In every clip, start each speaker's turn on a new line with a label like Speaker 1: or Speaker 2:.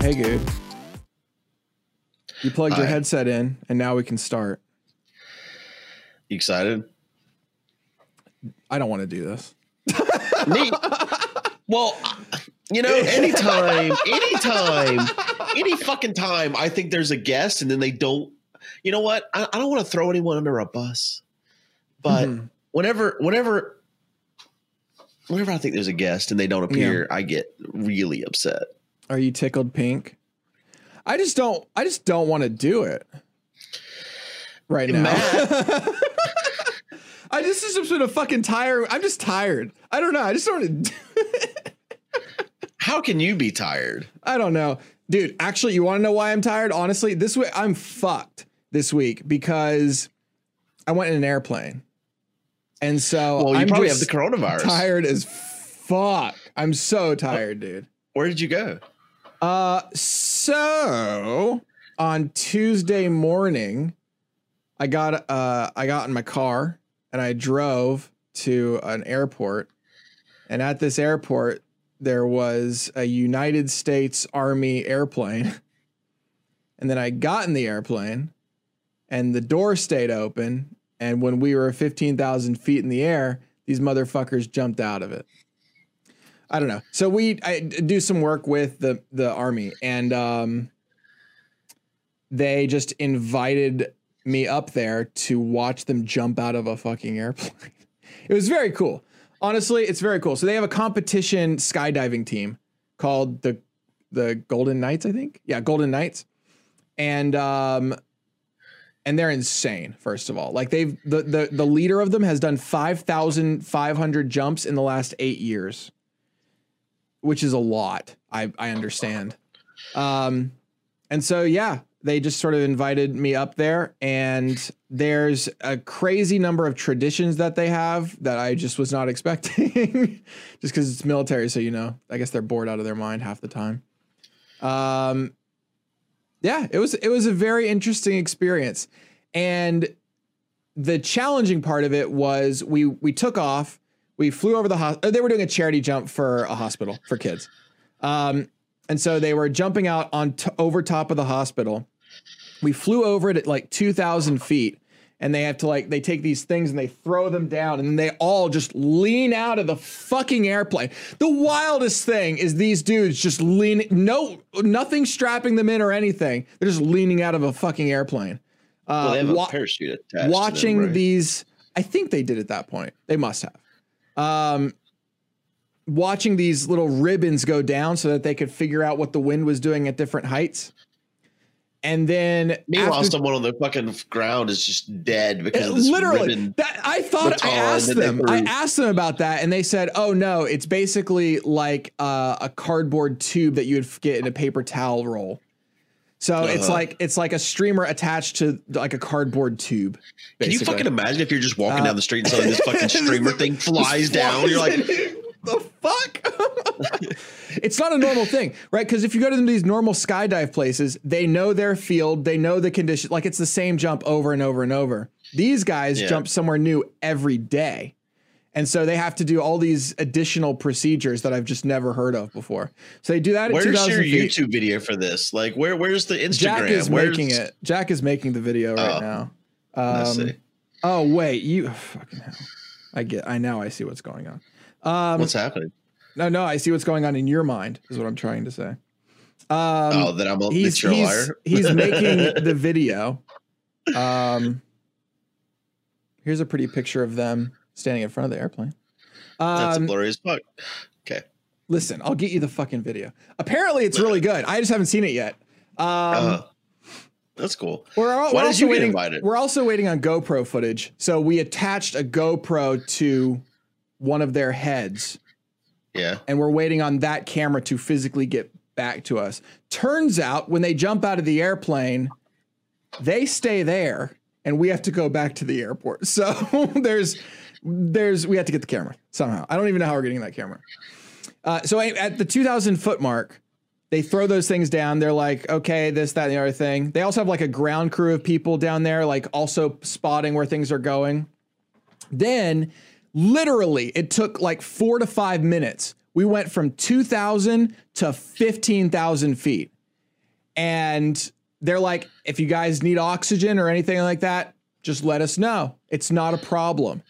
Speaker 1: Hey, Gabe. You plugged your
Speaker 2: Hi.
Speaker 1: headset in, and now we can start.
Speaker 2: You excited?
Speaker 1: I don't want to do this.
Speaker 2: Neat. Well, I- you know, anytime, anytime, any fucking time, I think there's a guest, and then they don't. You know what? I, I don't want to throw anyone under a bus, but
Speaker 1: Mhm.
Speaker 2: whenever, whenever, whenever I think there's a guest and they don't appear, I get really upset.
Speaker 1: are you tickled pink? I just don't. I just don't want to do it right now. I just just sort of fucking tired. I'm just tired. I don't know. I just sort of.
Speaker 2: How can you be tired?
Speaker 1: I don't know, dude. Actually, you want to know why I'm tired? Honestly, this week I'm fucked this week because I went in an airplane, and so
Speaker 2: Well, you
Speaker 1: I'm
Speaker 2: probably have
Speaker 1: just
Speaker 2: the coronavirus.
Speaker 1: tired as fuck. I'm so tired, dude.
Speaker 2: Where did you go?
Speaker 1: Uh, so on Tuesday morning, I got uh I got in my car and I drove to an airport, and at this airport there was a United States Army airplane, and then I got in the airplane, and the door stayed open, and when we were fifteen thousand feet in the air, these motherfuckers jumped out of it. I don't know. So we I d- do some work with the the army, and um, they just invited me up there to watch them jump out of a fucking airplane. It was very cool. Honestly, it's very cool. So they have a competition skydiving team called the the Golden Knights, I think. Yeah, Golden Knights, and um, and they're insane. First of all, like they've the the the leader of them has done five thousand five hundred jumps in the last eight years which is a lot. I I understand. Um, and so yeah, they just sort of invited me up there, and there's a crazy number of traditions that they have that I just was not expecting, just because it's military. So you know, I guess they're bored out of their mind half the time. Um, yeah, it was it was a very interesting experience, and the challenging part of it was we we took off we flew over the hospital. They were doing a charity jump for a hospital for kids. Um, and so they were jumping out on t- over top of the hospital. We flew over it at like 2,000 feet and they have to like, they take these things and they throw them down and then they all just lean out of the fucking airplane. The wildest thing is these dudes just lean, no, nothing strapping them in or anything. They're just leaning out of a fucking airplane. Uh,
Speaker 2: Well, they have
Speaker 1: wa-
Speaker 2: a parachute attached. to them,
Speaker 1: watching
Speaker 2: right?
Speaker 1: these i think they did at that point they must have um watching these little ribbons go down so that they could figure out what the wind was doing at different heights and then
Speaker 2: Meanwhile,
Speaker 1: after-
Speaker 2: someone on the fucking ground is just dead because
Speaker 1: it-
Speaker 2: of this
Speaker 1: literally
Speaker 2: ribbon.
Speaker 1: that i thought i
Speaker 2: baton
Speaker 1: asked
Speaker 2: that they
Speaker 1: them i
Speaker 2: threw.
Speaker 1: asked them about that and they said oh no it's basically like uh, a cardboard tube that you would f- get in a paper towel roll so it's
Speaker 2: Uh-huh.
Speaker 1: like it's like a streamer attached to like a cardboard tube
Speaker 2: Can you
Speaker 1: basically.
Speaker 2: fucking imagine if you're just walking
Speaker 1: Uh,
Speaker 2: down the street and suddenly this fucking streamer thing flies
Speaker 1: Flies
Speaker 2: down? You're
Speaker 1: in
Speaker 2: like,
Speaker 1: it. the fuck? it's not a normal thing, right? Because if you go to these normal skydive places, they know their field, they know the condition. Like it's the same jump over and over and over. These guys
Speaker 2: Yeah.
Speaker 1: jump somewhere new every day. And so they have to do all these additional procedures that I've just never heard of before. So they do that at
Speaker 2: where's
Speaker 1: 2000
Speaker 2: your
Speaker 1: feet.
Speaker 2: YouTube video for this? Like, where where's the Instagram?
Speaker 1: Jack is
Speaker 2: where's,
Speaker 1: making it. Jack is making the video right
Speaker 2: Oh.
Speaker 1: now.
Speaker 2: I
Speaker 1: Um,
Speaker 2: see.
Speaker 1: Oh wait, you fucking hell. I get I now I see what's going on. Um
Speaker 2: What's happening?
Speaker 1: no no, I see what's going on in your mind is what I'm trying to say. Um
Speaker 2: oh, that I'm a,
Speaker 1: he's
Speaker 2: that you're a
Speaker 1: he's,
Speaker 2: liar.
Speaker 1: he's making the video. Um Here's a pretty picture of them standing in front of the airplane.
Speaker 2: That's
Speaker 1: Um,
Speaker 2: blurry as fuck. Okay.
Speaker 1: listen, I'll get you the fucking video. Apparently, it's really good. I just haven't seen it yet. Um,
Speaker 2: Uh, that's cool.
Speaker 1: We're, all, we're
Speaker 2: Why did
Speaker 1: also
Speaker 2: you get
Speaker 1: waiting.
Speaker 2: invited?
Speaker 1: We're also waiting on GoPro footage. So we attached a GoPro to one of their heads,
Speaker 2: Yeah.
Speaker 1: and we're waiting on that camera to physically get back to us. Turns out, when they jump out of the airplane, they stay there, and we have to go back to the airport. So there's, there's, we have to get the camera somehow. I don't even know how we're getting that camera. Uh, so I, at the 2,000 foot mark, they throw those things down. They're like, okay, this, that, and the other thing. They also have like a ground crew of people down there, like also spotting where things are going. Then, literally, it took like four to five minutes. We went from 2,000 to 15,000 feet. and they're like, if you guys need oxygen or anything like that, just let us know. It's not a problem.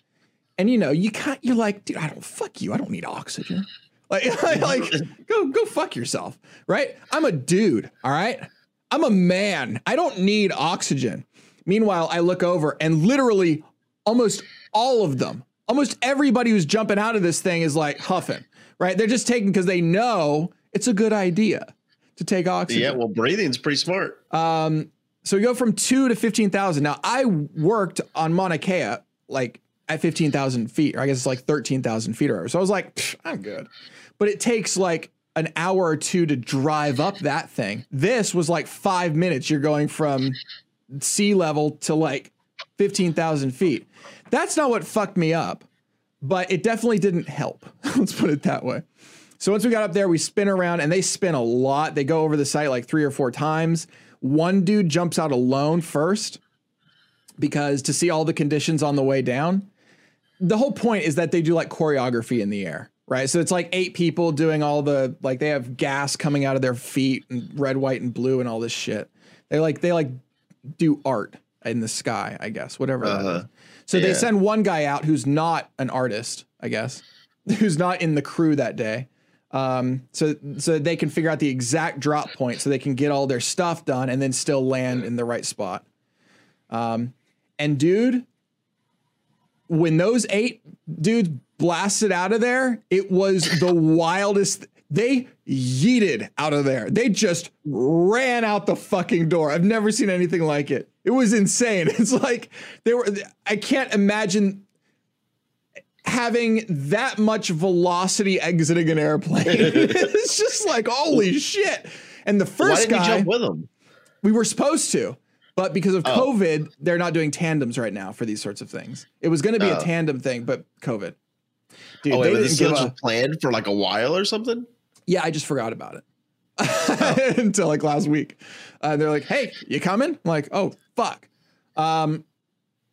Speaker 1: And you know, you can't. You're like, dude, I don't fuck you. I don't need oxygen. Like, like, like, go go fuck yourself, right? I'm a dude, all right. I'm a man. I don't need oxygen. Meanwhile, I look over and literally almost all of them, almost everybody who's jumping out of this thing is like huffing, right? They're just taking because they know it's a good idea to take oxygen.
Speaker 2: Yeah, well, breathing's pretty smart.
Speaker 1: Um, so we go from two to fifteen thousand. Now I worked on Mauna Kea like at fifteen thousand feet, or I guess it's like thirteen thousand feet or whatever. So I was like, "Psh, I'm good. But it takes like an hour or two to drive up that thing. This was like five minutes. You're going from sea level to like fifteen thousand feet. That's not what fucked me up, but it definitely didn't help. Let's put it that way. So once we got up there, we spin around and they spin a lot. They go over the site like three or four times. One dude jumps out alone first because to see all the conditions on the way down. The whole point is that they do like choreography in the air, right? So it's like eight people doing all the like they have gas coming out of their feet and red, white, and blue and all this shit. They like they like do art in the sky, I guess, whatever. that
Speaker 2: Uh-huh.
Speaker 1: is. So they
Speaker 2: Yeah.
Speaker 1: send one guy out who's not an artist, I guess, who's not in the crew that day. Um, so so they can figure out the exact drop point, so they can get all their stuff done and then still land in the right spot. Um, and dude, when those eight dudes blasted out of there, it was the wildest. They yeeted out of there. They just ran out the fucking door. I've never seen anything like it. It was insane. It's like they were. I can't imagine having that much velocity exiting an airplane. it's just like holy shit. And the
Speaker 2: Why
Speaker 1: first
Speaker 2: didn't
Speaker 1: guy,
Speaker 2: you jump with them?
Speaker 1: we were supposed to, but because of
Speaker 2: Oh.
Speaker 1: COVID, they're not doing tandems right now for these sorts of things. It was going to be a
Speaker 2: Oh.
Speaker 1: tandem thing, but COVID. Dude,
Speaker 2: Oh,
Speaker 1: they
Speaker 2: wait, but
Speaker 1: didn't
Speaker 2: this
Speaker 1: give
Speaker 2: was
Speaker 1: a,
Speaker 2: planned for like a while or something.
Speaker 1: yeah, I just forgot about it
Speaker 2: Oh.
Speaker 1: until like last week. Uh, they're like, "Hey, you coming?" I'm like, "Oh, fuck." Um,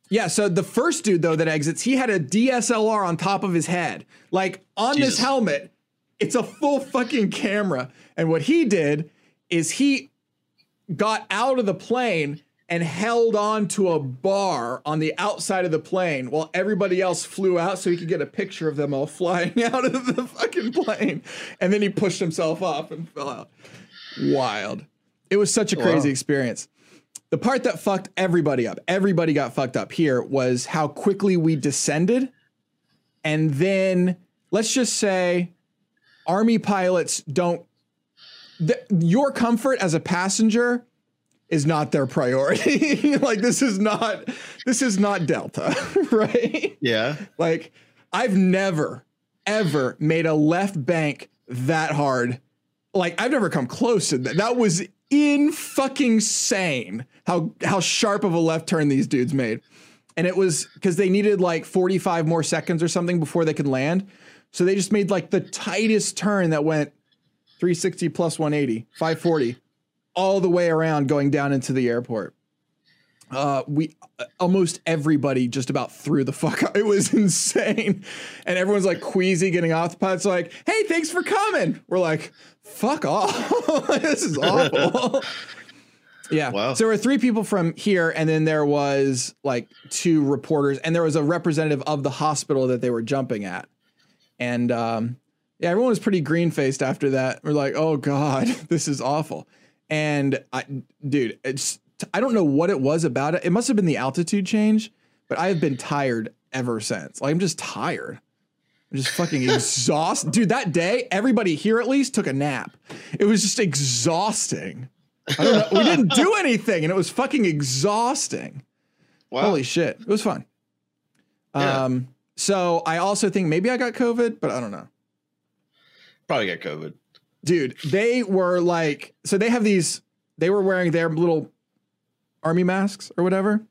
Speaker 1: yeah. So the first dude though that exits, he had a DSLR on top of his head, like on this
Speaker 2: Jesus.
Speaker 1: helmet. It's a full fucking camera. And what he did is he got out of the plane and held on to a bar on the outside of the plane while everybody else flew out so he could get a picture of them all flying out of the fucking plane. And then he pushed himself off and fell out. Wild. It was such a crazy
Speaker 2: Wow.
Speaker 1: experience. The part that fucked everybody up, everybody got fucked up here was how quickly we descended. And then let's just say army pilots don't th- your comfort as a passenger is not their priority. like this is not this is not Delta, right?
Speaker 2: Yeah.
Speaker 1: Like I've never ever made a left bank that hard. Like I've never come close to that. That was in fucking sane how how sharp of a left turn these dudes made. And it was because they needed like 45 more seconds or something before they could land. So they just made like the tightest turn that went 360 plus 180, 540, all the way around going down into the airport. Uh, we uh, almost everybody just about threw the fuck out. It was insane. And everyone's like queasy getting off the pods, like, hey, thanks for coming. We're like, fuck off. this is awful. yeah.
Speaker 2: Wow.
Speaker 1: So there were three people from here, and then there was like two reporters, and there was a representative of the hospital that they were jumping at. And um, yeah, everyone was pretty green faced after that. We're like, oh god, this is awful. And I, dude, it's I don't know what it was about it. It must have been the altitude change, but I have been tired ever since. Like I'm just tired. I'm just fucking exhausted, dude. That day, everybody here at least took a nap. It was just exhausting. I don't know. We didn't do anything, and it was fucking exhausting.
Speaker 2: Wow.
Speaker 1: Holy shit. It was fun.
Speaker 2: Yeah.
Speaker 1: Um, so I also think maybe I got COVID, but I don't know.
Speaker 2: Probably got COVID.
Speaker 1: Dude, they were like, so they have these, they were wearing their little army masks or whatever,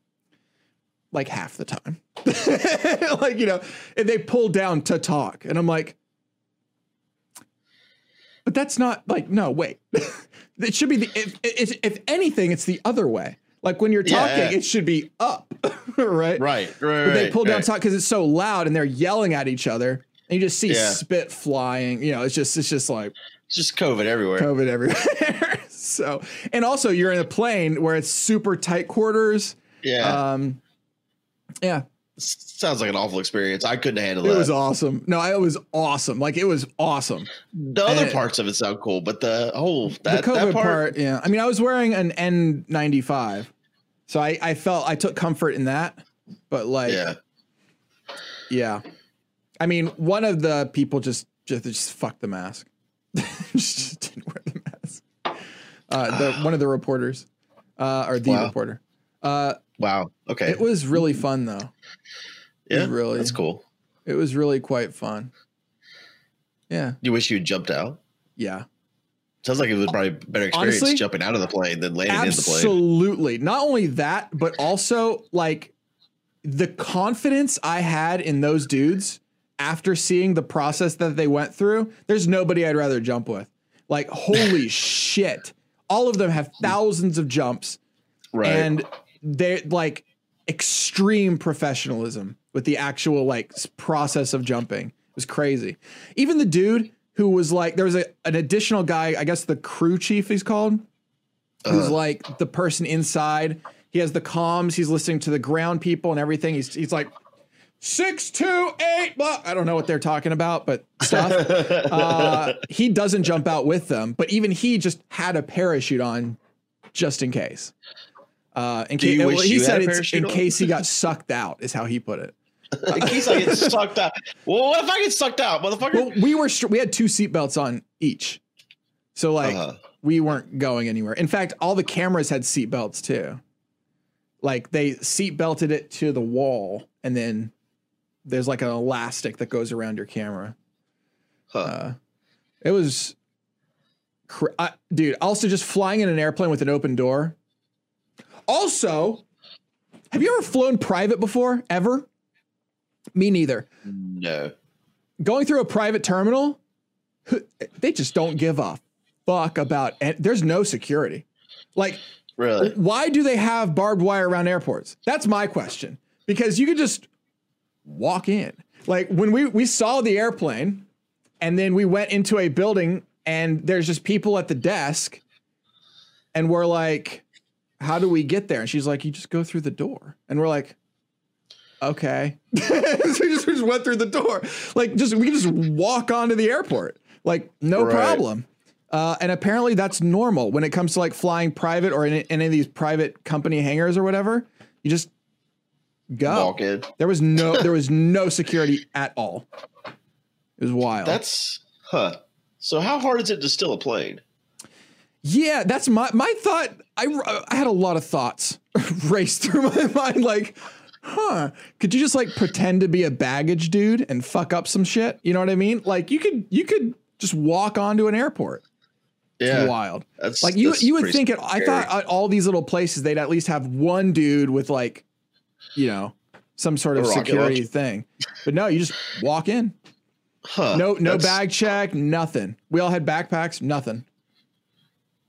Speaker 1: like half the time. like, you know, and they pull down to talk. And I'm like, but that's not like, no, wait. it should be the, if, if, if anything, it's the other way. Like when you're
Speaker 2: Yeah.
Speaker 1: talking, it should be up, right?
Speaker 2: Right. Right.
Speaker 1: But they
Speaker 2: right,
Speaker 1: pull down
Speaker 2: right.
Speaker 1: top because it's so loud and they're yelling at each other. And you just see
Speaker 2: Yeah.
Speaker 1: spit flying. You know, it's just it's just like
Speaker 2: It's just COVID everywhere.
Speaker 1: COVID everywhere. It's so, and also you're in a plane where it's super tight quarters.
Speaker 2: Yeah.
Speaker 1: Um, yeah,
Speaker 2: S- Sounds like an awful experience. I couldn't handle
Speaker 1: it
Speaker 2: that.
Speaker 1: was awesome. No, it was awesome. Like it was awesome.
Speaker 2: the other
Speaker 1: and-
Speaker 2: parts of it sound cool, but the whole that,
Speaker 1: the COVID
Speaker 2: that
Speaker 1: part, yeah. I mean, I was wearing an N95, so I I felt I took comfort in that. But like,
Speaker 2: yeah.
Speaker 1: Yeah. I mean, one of the people just just, just fucked the mask. just, just didn't wear the mask. Uh, the one of the reporters, uh, or the
Speaker 2: Wow.
Speaker 1: reporter. Uh,
Speaker 2: Wow. Okay.
Speaker 1: it was really fun though.
Speaker 2: yeah.
Speaker 1: was really-
Speaker 2: That's cool.
Speaker 1: It was really quite fun. Yeah,
Speaker 2: You wish you had jumped out.
Speaker 1: yeah,
Speaker 2: Sounds like it was probably a better experience
Speaker 1: Honestly,
Speaker 2: jumping out of the plane than landing in the plane.
Speaker 1: absolutely. Not only that, but also like the confidence I had in those dudes after seeing the process that they went through. There's nobody I'd rather jump with. Like, holy shit! All of them have thousands of jumps.
Speaker 2: Right.
Speaker 1: and they like extreme professionalism with the actual like s- process of jumping it was crazy even the dude who was like there was a, an additional guy i guess the crew chief he's called who's
Speaker 2: Uh-huh.
Speaker 1: like the person inside he has the comms he's listening to the ground people and everything he's, he's like six two eight blah. i don't know what they're talking about but stuff uh, he doesn't jump out with them, but even he just had a parachute on just in case. Uh, in
Speaker 2: Do
Speaker 1: case
Speaker 2: you
Speaker 1: well,
Speaker 2: wish
Speaker 1: he
Speaker 2: you had
Speaker 1: said
Speaker 2: a
Speaker 1: it's
Speaker 2: parachute
Speaker 1: in
Speaker 2: on?
Speaker 1: case he got sucked out is how he put it.
Speaker 2: in case I get sucked out. Well, what if I get sucked out, motherfucker?
Speaker 1: Well, we were str- we had two seatbelts on each, so like
Speaker 2: Uh-huh.
Speaker 1: we weren't going anywhere. In fact, all the cameras had seatbelts too. Like they seatbelted it to the wall, and then there's like an elastic that goes around your camera.
Speaker 2: Huh.
Speaker 1: uh, it was cr- I, dude also just flying in an airplane with an open door also have you ever flown private before ever me neither
Speaker 2: no.
Speaker 1: going through a private terminal they just don't give a fuck about and there's no security like
Speaker 2: Really?
Speaker 1: why do they have barbed wire around airports? That's my question. Because you could just walk in. Like when we we saw the airplane and then we went into a building and there's just people at the desk and we're like how do we get there? And she's like you just go through the door. And we're like okay. so we just, we just went through the door. Like just we can just walk onto the airport. Like no
Speaker 2: Right.
Speaker 1: problem. Uh, and apparently that's normal when it comes to like flying private or in any of these private company hangars or whatever. You just go.
Speaker 2: Walk in.
Speaker 1: There was no there was no security at all. It was wild.
Speaker 2: That's huh. So how hard is it to steal a plane?
Speaker 1: yeah, that's my my thought. I I had a lot of thoughts race through my mind like, huh? Could you just like pretend to be a baggage dude and fuck up some shit? You know what I mean? Like you could you could just walk onto an airport. It's wild.
Speaker 2: That's
Speaker 1: like you
Speaker 2: that's
Speaker 1: you would
Speaker 2: pretty
Speaker 1: think it i
Speaker 2: scary.
Speaker 1: thought uh, at all these little places they'd at least have one dude with like you know some sort
Speaker 2: A
Speaker 1: of
Speaker 2: rocket
Speaker 1: security
Speaker 2: launcher.
Speaker 1: thing but no you just walk in
Speaker 2: Huh,
Speaker 1: no no
Speaker 2: that's-
Speaker 1: bag check nothing we all had backpacks nothing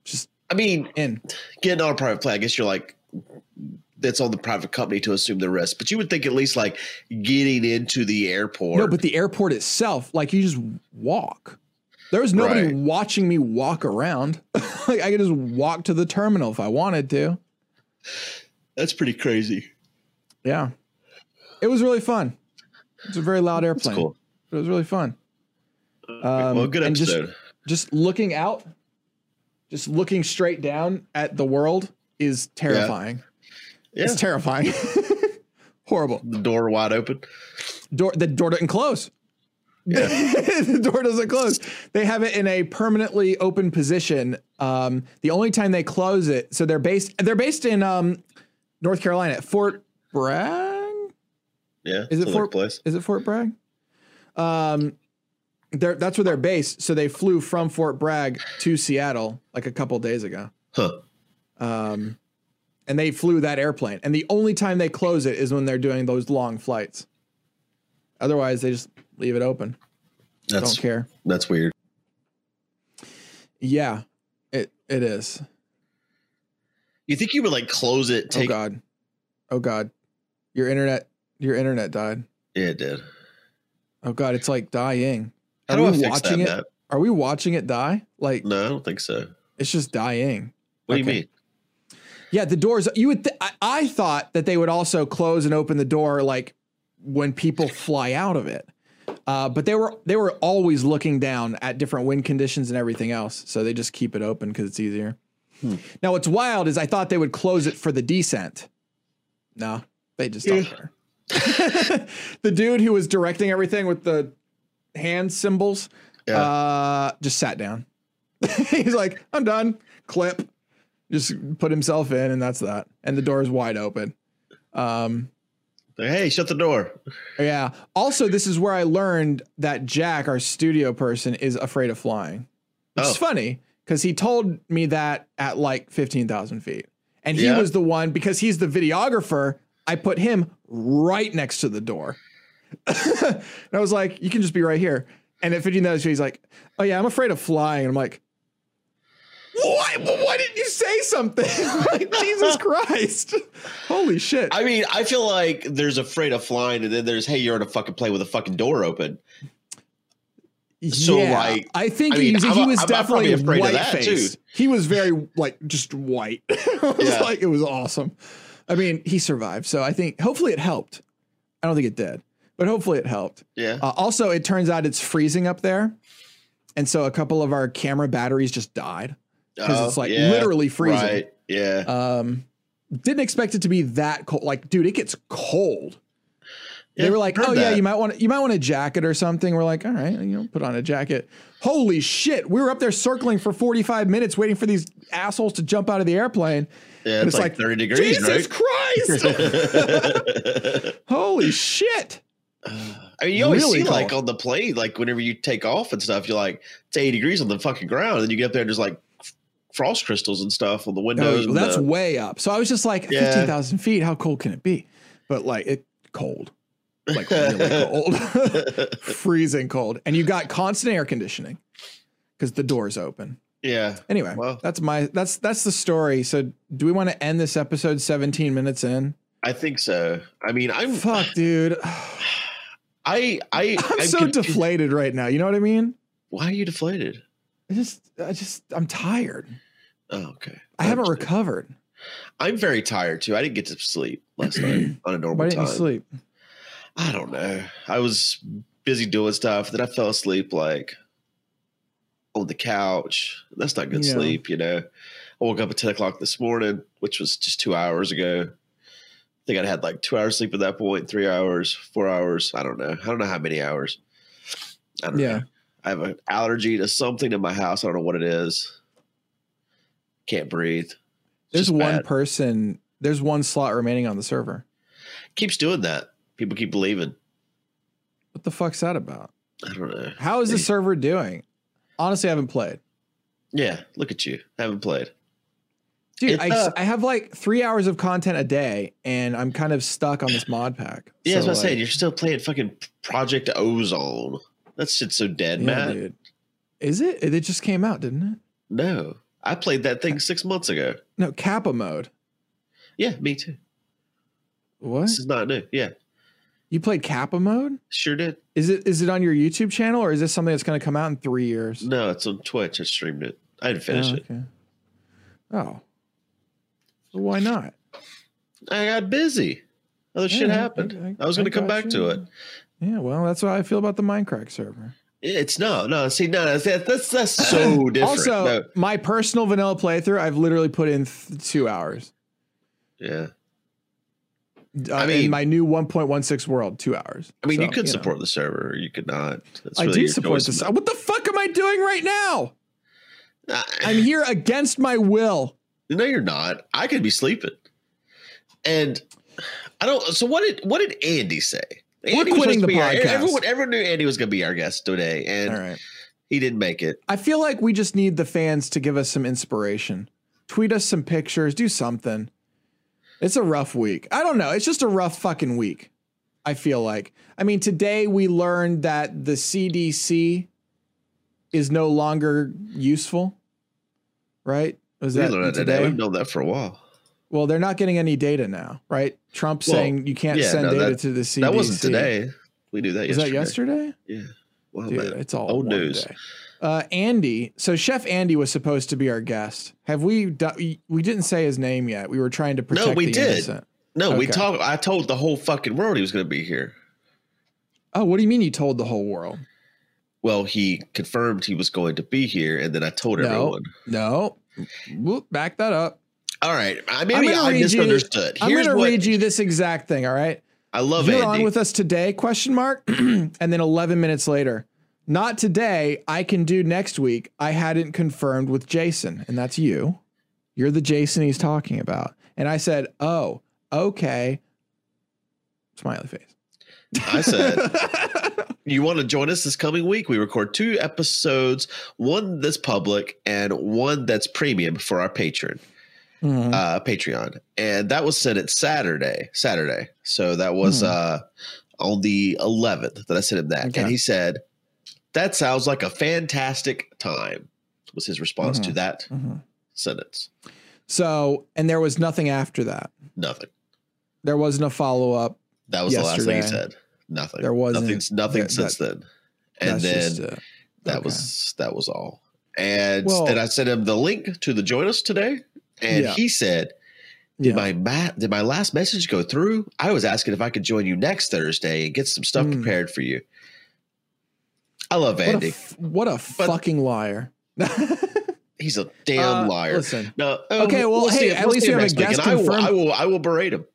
Speaker 1: just
Speaker 2: I mean,
Speaker 1: in
Speaker 2: getting on a private plane, I guess you're like that's on the private company to assume the risk. But you would think at least like getting into the airport.
Speaker 1: no but the airport itself like you just walk there was nobody
Speaker 2: Right.
Speaker 1: watching me walk around like i could just walk to the terminal if i wanted to
Speaker 2: that's pretty crazy.
Speaker 1: yeah it was really fun it's a very loud
Speaker 2: That's
Speaker 1: airplane
Speaker 2: cool.
Speaker 1: but it was really fun um,
Speaker 2: well, good
Speaker 1: and just-
Speaker 2: episode.
Speaker 1: just looking out, just looking straight down at the world is terrifying.
Speaker 2: yeah,
Speaker 1: It's terrifying. Horrible.
Speaker 2: the door wide open.
Speaker 1: Door the door doesn't close. the door doesn't close. They have it in a permanently open position. Um, the only time they close it, so they're based they're based in um, North Carolina at Fort Bragg.
Speaker 2: Yeah,
Speaker 1: Is it
Speaker 2: sounds like
Speaker 1: for-
Speaker 2: a place?
Speaker 1: Is it Fort Bragg? Um, they're, that's where they're based. So they flew from Fort Bragg to Seattle like a couple days ago.
Speaker 2: Huh.
Speaker 1: um, and they flew that airplane. And the only time they close it is when they're doing those long flights. Otherwise, they just leave it open.
Speaker 2: That's
Speaker 1: Don't care.
Speaker 2: that's weird.
Speaker 1: Yeah, it it is.
Speaker 2: You think you would like close it?
Speaker 1: oh
Speaker 2: Take
Speaker 1: God, oh God, your internet your internet died.
Speaker 2: yeah, it did.
Speaker 1: Oh God, it's like dying.
Speaker 2: How
Speaker 1: Are
Speaker 2: do I
Speaker 1: we
Speaker 2: fix
Speaker 1: watching
Speaker 2: that?
Speaker 1: it?
Speaker 2: Matt?
Speaker 1: Are we watching it die? Like
Speaker 2: No, I don't think so.
Speaker 1: It's just dying.
Speaker 2: What do
Speaker 1: Okay.
Speaker 2: you mean?
Speaker 1: Yeah, the doors. You would. Th- I, I thought that they would also close and open the door like when people fly out of it. Uh, but they were they were always looking down at different wind conditions and everything else, so they just keep it open because it's easier.
Speaker 2: Hmm.
Speaker 1: Now, what's wild is I thought they would close it for the descent. No, they just don't
Speaker 2: Yeah.
Speaker 1: care. the dude who was directing everything with the hand symbols
Speaker 2: Yeah.
Speaker 1: uh, just sat down. He's like, I'm done. Clip. Just put himself in, and that's that. And the door is wide open. Um,
Speaker 2: hey, shut the door.
Speaker 1: yeah. Also, this is where I learned that Jack, our studio person, is afraid of flying. Which
Speaker 2: Oh.
Speaker 1: is funny because he told me that at like 15,000 feet. And he
Speaker 2: Yeah.
Speaker 1: was the one, because he's the videographer, I put him right next to the door. and I was like, you can just be right here. And at 15,000 feet, he's like, oh yeah, I'm afraid of flying. And I'm like, why, why didn't you say something? like, Jesus Christ. Holy shit.
Speaker 2: I mean, I feel like there's afraid of flying, and then there's hey, you're in a fucking plane with a fucking door open. So, like,
Speaker 1: I think
Speaker 2: I
Speaker 1: he,
Speaker 2: mean,
Speaker 1: was- he
Speaker 2: I'm-
Speaker 1: was
Speaker 2: I'm- I'm
Speaker 1: definitely
Speaker 2: probably afraid of
Speaker 1: white
Speaker 2: that, too.
Speaker 1: faced. He was very like just white. it was
Speaker 2: Yeah.
Speaker 1: like it was awesome. I mean, he survived, so I think hopefully it helped. I don't think it did, but hopefully it helped.
Speaker 2: Yeah.
Speaker 1: Uh, also, it turns out it's freezing up there, and so a couple of our camera batteries just died because
Speaker 2: Oh,
Speaker 1: it's like
Speaker 2: yeah,
Speaker 1: literally freezing.
Speaker 2: Right. Yeah.
Speaker 1: Um, didn't expect it to be that cold. Like, dude, it gets cold.
Speaker 2: Yeah,
Speaker 1: they were like,
Speaker 2: heard
Speaker 1: "Oh yeah,
Speaker 2: that.
Speaker 1: you might want you might want a jacket or something." We're like, "All right, you know, put on a jacket." Holy shit, we were up there circling for forty five minutes waiting for these assholes to jump out of the airplane.
Speaker 2: Yeah,
Speaker 1: And
Speaker 2: it's, like, 30 degrees,
Speaker 1: Jesus Christ!
Speaker 2: right?
Speaker 1: Holy shit!
Speaker 2: I mean, you always
Speaker 1: Really
Speaker 2: see like
Speaker 1: cold.
Speaker 2: on the plane, like whenever you take off and stuff, you're like, it's 80 degrees on the fucking ground. And you get up there and there's like f- frost crystals and stuff on the windows.
Speaker 1: Oh,
Speaker 2: and
Speaker 1: that's
Speaker 2: the-
Speaker 1: way up. So I was just like,
Speaker 2: Yeah.
Speaker 1: fifteen thousand feet. How cold can it be? But like, it cold, like really cold. freezing cold and you got constant air conditioning because the door's open
Speaker 2: yeah.
Speaker 1: anyway
Speaker 2: Well-
Speaker 1: that's my that's that's the story so do we want to end this episode 17 minutes in
Speaker 2: I think so. I mean, I'm,
Speaker 1: fuck dude
Speaker 2: I, I,
Speaker 1: i'm so
Speaker 2: confused.
Speaker 1: deflated right now you know what i mean
Speaker 2: Why are you deflated?
Speaker 1: i just i just i'm tired
Speaker 2: Oh, okay.
Speaker 1: i haven't recovered
Speaker 2: I'm very tired too. I didn't get to sleep last night on a normal
Speaker 1: why didn't
Speaker 2: time.
Speaker 1: you sleep
Speaker 2: I don't know. I was busy doing stuff. Then I fell asleep like on the couch. That's not good
Speaker 1: Yeah.
Speaker 2: sleep, you know. I woke up at 10 o'clock this morning, which was just two hours ago. I think I'd had like two hours sleep at that point, three hours, four hours. I don't know. I don't know how many hours. I don't
Speaker 1: Yeah.
Speaker 2: know. I have an allergy to something in my house. I don't know what it is. Can't breathe. It's
Speaker 1: there's
Speaker 2: just
Speaker 1: one
Speaker 2: bad.
Speaker 1: person there's one slot remaining on the server
Speaker 2: keeps doing that. People keep leaving.
Speaker 1: what the fuck's that about
Speaker 2: I don't know.
Speaker 1: how is the server doing honestly i haven't played
Speaker 2: Yeah, look at you. haven't played.
Speaker 1: Dude,
Speaker 2: It's,
Speaker 1: I,
Speaker 2: uh,
Speaker 1: I have like three hours of content a day, and I'm kind of stuck on this mod pack.
Speaker 2: Yeah, that's
Speaker 1: So,
Speaker 2: what I'm saying.
Speaker 1: like,
Speaker 2: You're still playing fucking Project Ozone. That shit's so dead,
Speaker 1: yeah,
Speaker 2: man.
Speaker 1: dude. Is it? It just came out, didn't it?
Speaker 2: No, I played that thing six months ago.
Speaker 1: No, Kappa mode.
Speaker 2: Yeah, me too.
Speaker 1: What?
Speaker 2: This is not new. Yeah,
Speaker 1: You played Kappa mode?
Speaker 2: sure did.
Speaker 1: Is it? Is it on your YouTube channel, or is this something that's going to come out in three years?
Speaker 2: No, it's on Twitch. I streamed it. I didn't finish
Speaker 1: oh,
Speaker 2: it.
Speaker 1: okay. Oh, well, why not?
Speaker 2: I got busy. Other shit
Speaker 1: Yeah,
Speaker 2: happened. I, was going to come
Speaker 1: got
Speaker 2: back
Speaker 1: you.
Speaker 2: to it.
Speaker 1: Yeah, well, that's how I feel about the Minecraft server.
Speaker 2: It's no, no. See, no, no that, that's that's so different.
Speaker 1: Also,
Speaker 2: No,
Speaker 1: my personal vanilla playthrough, I've literally put in th- two hours.
Speaker 2: yeah.
Speaker 1: Uh,
Speaker 2: I
Speaker 1: in
Speaker 2: mean-
Speaker 1: my new 1.16 world, two hours.
Speaker 2: I mean,
Speaker 1: So,
Speaker 2: you could
Speaker 1: know.
Speaker 2: support the server. or You could not. That's
Speaker 1: I do
Speaker 2: your
Speaker 1: support
Speaker 2: choice.
Speaker 1: this. What the fuck am I doing right now?
Speaker 2: Nah,
Speaker 1: I'm here against my will.
Speaker 2: No, you're not. I could be sleeping. And I don't. So what did what did Andy say?
Speaker 1: We're
Speaker 2: Andy was
Speaker 1: quitting
Speaker 2: supposed to
Speaker 1: the
Speaker 2: be our-
Speaker 1: podcast.
Speaker 2: Everyone, everyone knew Andy was going to be our guest today, and
Speaker 1: right.
Speaker 2: he didn't make it.
Speaker 1: I feel like we just need the fans to give us some inspiration. Tweet us some pictures, do something. It's a rough week. I don't know. It's just a rough fucking week. I feel like. I mean, today we learned that the CDC is no longer useful. Right? Was
Speaker 2: We
Speaker 1: that
Speaker 2: learned that today.
Speaker 1: today?
Speaker 2: We've known that for a while.
Speaker 1: Well, they're not getting any data now, right? Trump
Speaker 2: Well,
Speaker 1: saying you can't
Speaker 2: yeah,
Speaker 1: send
Speaker 2: no,
Speaker 1: data
Speaker 2: that-
Speaker 1: to the CDC.
Speaker 2: That wasn't today. We knew that
Speaker 1: Is
Speaker 2: yesterday.
Speaker 1: that yesterday?
Speaker 2: Yeah. Well,
Speaker 1: Dude,
Speaker 2: man.
Speaker 1: it's all
Speaker 2: Old
Speaker 1: one
Speaker 2: news.
Speaker 1: day. Uh, Andy. So Chef Andy was supposed to be our guest. Have we? Do- we- we didn't say his name yet. We were trying to protect.
Speaker 2: we
Speaker 1: the
Speaker 2: did.
Speaker 1: innocent.
Speaker 2: No, we
Speaker 1: Okay.
Speaker 2: talked. I told the whole fucking world he was going to be here.
Speaker 1: Oh, what do you mean you told the whole world?
Speaker 2: Well, he confirmed he was going to be here, and then I told
Speaker 1: No.
Speaker 2: everyone.
Speaker 1: No. Whoop, back that up.
Speaker 2: All right, I
Speaker 1: I'm
Speaker 2: maybe
Speaker 1: gonna
Speaker 2: I
Speaker 1: read you-
Speaker 2: misunderstood.
Speaker 1: I'm
Speaker 2: Here's
Speaker 1: going to
Speaker 2: what
Speaker 1: read you this exact thing. All right.
Speaker 2: I love
Speaker 1: You're
Speaker 2: Andy.
Speaker 1: on with us today? Question mark. and then 11 minutes later, not today. I can do next week. I hadn't confirmed with Jason, and that's you. You're the Jason he's talking about. And I said, "Oh, okay." Smiley face.
Speaker 2: I said, you want to join us this coming week? We record two episodes, one that's public and one that's premium for our patron,
Speaker 1: Mhm.
Speaker 2: uh, Patreon. And that was sent at Saturday, Saturday. So that was
Speaker 1: Hmm.
Speaker 2: uh, on the 11th that I sent him that.
Speaker 1: Okay.
Speaker 2: And he said, that sounds like a fantastic time was his response to
Speaker 1: Mhm.
Speaker 2: that
Speaker 1: Mhm.
Speaker 2: sentence.
Speaker 1: So, and there was nothing after that.
Speaker 2: Nothing.
Speaker 1: There wasn't a follow up.
Speaker 2: That was the last thing
Speaker 1: Yesterday.
Speaker 2: he said. Nothing.
Speaker 1: There wasn't.
Speaker 2: Nothing's nothing
Speaker 1: That-
Speaker 2: since then. And
Speaker 1: That's
Speaker 2: then
Speaker 1: just, uh,
Speaker 2: that
Speaker 1: Okay.
Speaker 2: was that was all and
Speaker 1: Well-
Speaker 2: then i sent him the link to the join us today and
Speaker 1: Yeah.
Speaker 2: he said did
Speaker 1: yeah.
Speaker 2: my ma- did my last message go through i was asking if i could join you next thursday and get some stuff
Speaker 1: Mm.
Speaker 2: prepared for you i love
Speaker 1: what a,
Speaker 2: andy
Speaker 1: f- what a fucking liar.
Speaker 2: he's a damn
Speaker 1: Uh,
Speaker 2: liar
Speaker 1: Listen,
Speaker 2: no
Speaker 1: Okay, well,
Speaker 2: see
Speaker 1: hey,
Speaker 2: him-
Speaker 1: at
Speaker 2: we'll
Speaker 1: least
Speaker 2: see
Speaker 1: we
Speaker 2: him
Speaker 1: have a
Speaker 2: next week,
Speaker 1: guest
Speaker 2: and I will, I
Speaker 1: confirmed.
Speaker 2: will i will berate him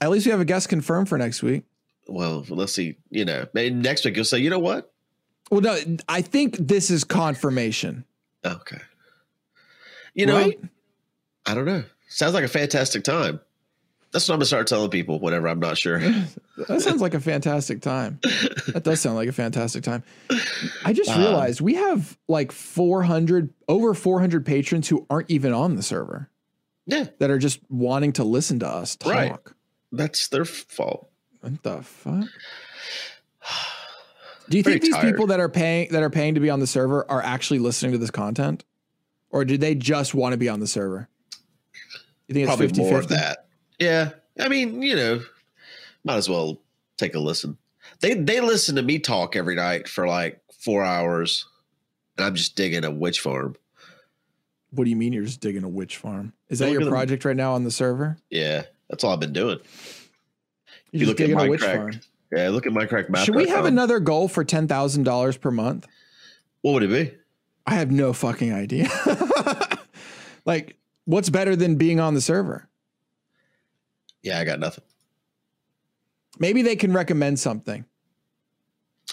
Speaker 1: at least we have a guest confirmed for next week.
Speaker 2: well let's see you know maybe next week you'll say you know what
Speaker 1: Well, no, I think this is confirmation.
Speaker 2: okay you know
Speaker 1: right?
Speaker 2: I don't know. Sounds like a fantastic time. That's what I'm gonna start telling people whenever I'm not sure.
Speaker 1: that sounds like a fantastic time. That does sound like a fantastic time. I just
Speaker 2: Um,
Speaker 1: realized we have like 400, over 400 patrons who aren't even on the server
Speaker 2: yeah,
Speaker 1: that are just wanting to listen to us talk.
Speaker 2: Right. that's their fault.
Speaker 1: What the fuck? Do you
Speaker 2: Very
Speaker 1: think these
Speaker 2: tired.
Speaker 1: people that are paying that are paying to be on the server are actually listening to this content? Or do they just want to be on the server? You think it's
Speaker 2: Probably
Speaker 1: 50
Speaker 2: more of that. Yeah, I mean, you know, might as well take a listen. They they listen to me talk every night for like four hours, and I'm just digging a witch farm.
Speaker 1: What do you mean you're just digging a witch farm? Is
Speaker 2: Look
Speaker 1: that
Speaker 2: at
Speaker 1: your
Speaker 2: them.
Speaker 1: project right now on the server?
Speaker 2: Yeah, that's all I've been doing.
Speaker 1: You're
Speaker 2: You
Speaker 1: just
Speaker 2: look at
Speaker 1: digging a witch
Speaker 2: Minecraft.
Speaker 1: farm.
Speaker 2: Yeah, look at my crack map.
Speaker 1: Should we have
Speaker 2: enough?
Speaker 1: another goal for ten thousand dollars per month?
Speaker 2: What would it be?
Speaker 1: I have no fucking idea. like, what's better than being on the server?
Speaker 2: Yeah, I got nothing.
Speaker 1: Maybe they can recommend something.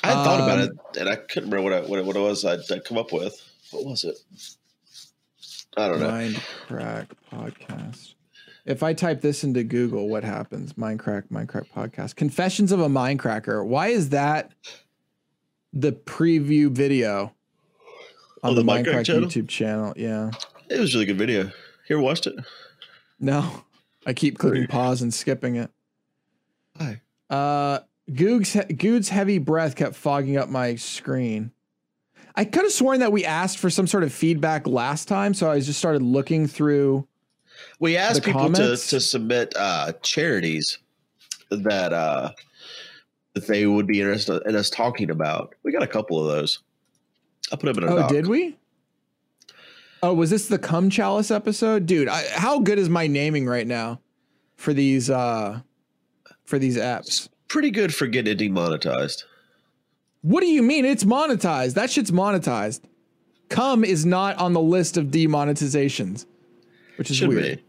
Speaker 2: I had thought about
Speaker 1: Um,
Speaker 2: it, and I couldn't remember what I, what, it, what it was I'd, I'd come up with. What was it? I don't know.
Speaker 1: Mind crack podcast. If I type this into Google, what happens? Minecraft, Minecraft podcast. Confessions of a Minecracker. Why is that the preview video on
Speaker 2: On
Speaker 1: the,
Speaker 2: Oh, the Minecraft
Speaker 1: Minecraft,
Speaker 2: channel?
Speaker 1: YouTube channel? Yeah.
Speaker 2: It was a really good video. Here, watched it.
Speaker 1: No. I keep clicking pause and skipping it.
Speaker 2: Hi.
Speaker 1: Uh, Goog's Goog's heavy breath kept fogging up my screen. I could have sworn that we asked for some sort of feedback last time, so I just started looking through.
Speaker 2: We asked
Speaker 1: The
Speaker 2: people to,
Speaker 1: comments?
Speaker 2: to submit uh, charities that uh, that they would be interested in us talking about. We got a couple of those. I put them in a
Speaker 1: Oh,
Speaker 2: doc.
Speaker 1: did we? Oh, was this the cum chalice episode, dude? I, how good is my naming right now for these uh for these apps?
Speaker 2: Pretty good for getting demonetized.
Speaker 1: What do you mean? It's monetized. That shit's monetized. Cum is not on the list of demonetizations, which is
Speaker 2: Should
Speaker 1: weird.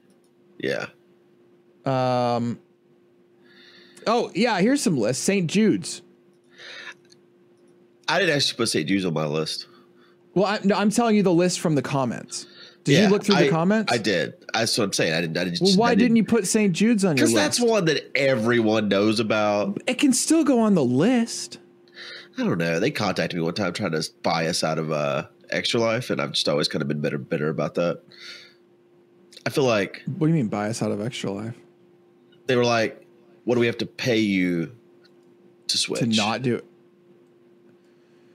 Speaker 2: be. Yeah.
Speaker 1: Um. Oh yeah, here's some lists. St. Jude's.
Speaker 2: I didn't actually put St. Jude's on my list.
Speaker 1: Well, I, no, I'm telling you the list from the comments. Did
Speaker 2: Yeah,
Speaker 1: you look through the
Speaker 2: I-
Speaker 1: comments?
Speaker 2: I did. That's what I'm saying. I didn't. I didn't
Speaker 1: Well, why
Speaker 2: I
Speaker 1: didn't you put St. Jude's on your
Speaker 2: Because
Speaker 1: list?
Speaker 2: that's one that everyone knows about.
Speaker 1: it can still go on the list.
Speaker 2: I don't know. They contacted me one time trying to buy us out of uh, Extra Life, and I've just always kind of been bitter, bitter about that. I feel like
Speaker 1: What do you mean bias out of extra life
Speaker 2: they were like, "What do we have to pay you to switch?"
Speaker 1: to not do it?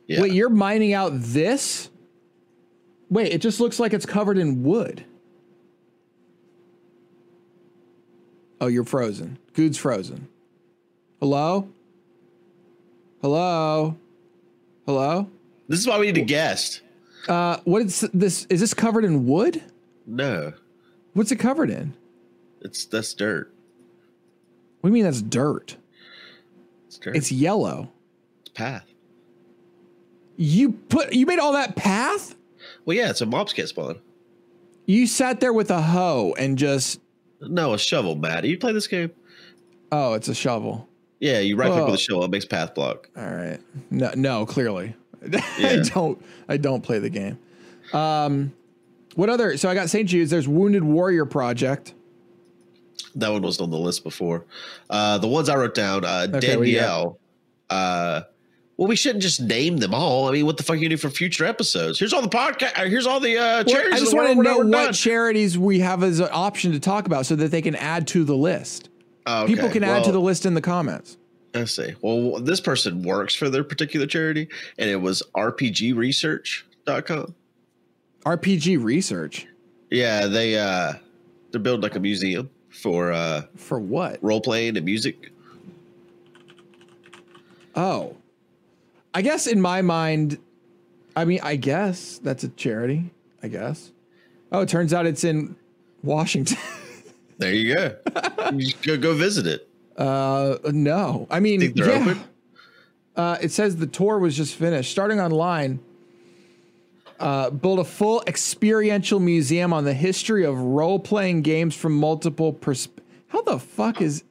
Speaker 2: Yeah.
Speaker 1: Wait, you're mining out this? Wait, it just looks like it's covered in wood. Oh, you're frozen. Good's frozen. Hello? Hello? Hello?
Speaker 2: This is why we need a guest.
Speaker 1: Uh, what is this? Is this covered in wood?
Speaker 2: No,
Speaker 1: What's it covered in?
Speaker 2: it's that's dirt.
Speaker 1: What do you mean that's dirt?
Speaker 2: It's dirt.
Speaker 1: It's yellow.
Speaker 2: It's path.
Speaker 1: You put you made all that path?
Speaker 2: Well, yeah, it's a mobs can't spawn.
Speaker 1: You sat there with a hoe and just
Speaker 2: No, a shovel, Matt. You play this game?
Speaker 1: oh, it's a shovel.
Speaker 2: Yeah, you right click
Speaker 1: Oh.
Speaker 2: with a shovel. It makes path block.
Speaker 1: All right. No, no, clearly. I
Speaker 2: Yeah.
Speaker 1: don't I don't play the game. Um what other so I got St. Jude's, there's Wounded Warrior Project.
Speaker 2: That one was on the list before. Uh, the ones I wrote down, uh,
Speaker 1: Okay, what do you got?
Speaker 2: Danielle. Uh, well, we shouldn't just name them all. I mean, what the fuck you do for future episodes? Here's all the podcast. Here's all the uh,
Speaker 1: Well,
Speaker 2: charities.
Speaker 1: I
Speaker 2: in
Speaker 1: just
Speaker 2: the
Speaker 1: want to
Speaker 2: world
Speaker 1: know
Speaker 2: we're
Speaker 1: what
Speaker 2: done.
Speaker 1: charities we have as an option to talk about so that they can add to the list.
Speaker 2: Oh,
Speaker 1: People
Speaker 2: okay.
Speaker 1: can add to
Speaker 2: Well,
Speaker 1: the list in the comments.
Speaker 2: I see. Well, this person works for their particular charity, and it was RPGResearch.com.
Speaker 1: RPG research
Speaker 2: Yeah, they uh, they're building like a museum for uh,
Speaker 1: for what?
Speaker 2: role playing and music.
Speaker 1: Oh, I guess in my mind, I mean, I guess that's a charity. I guess. Oh, it turns out it's in Washington.
Speaker 2: There you go. you just go go visit it.
Speaker 1: Uh, no, I mean,
Speaker 2: Think they're
Speaker 1: yeah.
Speaker 2: open?
Speaker 1: Uh, it says the tour was just finished. Starting online, uh, build a full experiential museum on the history of role playing games from multiple persp. How the fuck is?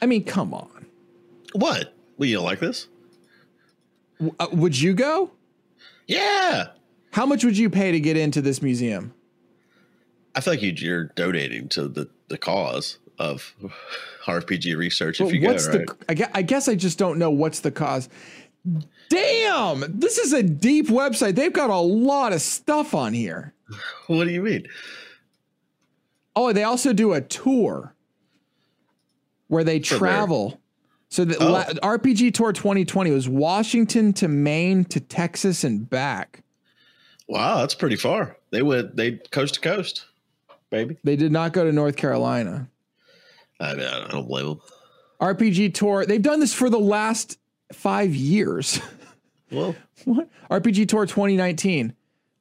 Speaker 1: I mean, come on.
Speaker 2: What? Well, you don't like this?
Speaker 1: W- uh, would you go?
Speaker 2: Yeah.
Speaker 1: How much would you pay to get into this museum?
Speaker 2: I feel like you- you're donating to the, the cause of RPG research if
Speaker 1: But
Speaker 2: you go,
Speaker 1: what's
Speaker 2: right?
Speaker 1: the I guess, I guess I just don't know what's the cause. Damn, this is a deep website. They've got a lot of stuff on here.
Speaker 2: what do you mean?
Speaker 1: Oh, they also do a tour where they
Speaker 2: So they're-
Speaker 1: travel. So that
Speaker 2: Oh.
Speaker 1: la- RPG Tour 2020 was Washington to Maine to Texas and back.
Speaker 2: Wow, that's pretty far. They went they coast to coast, baby.
Speaker 1: They did not go to North Carolina.
Speaker 2: I mean, I don't- I don't blame them.
Speaker 1: RPG Tour, they've done this for the last 5 years.
Speaker 2: Well,
Speaker 1: What? RPG Tour 2019.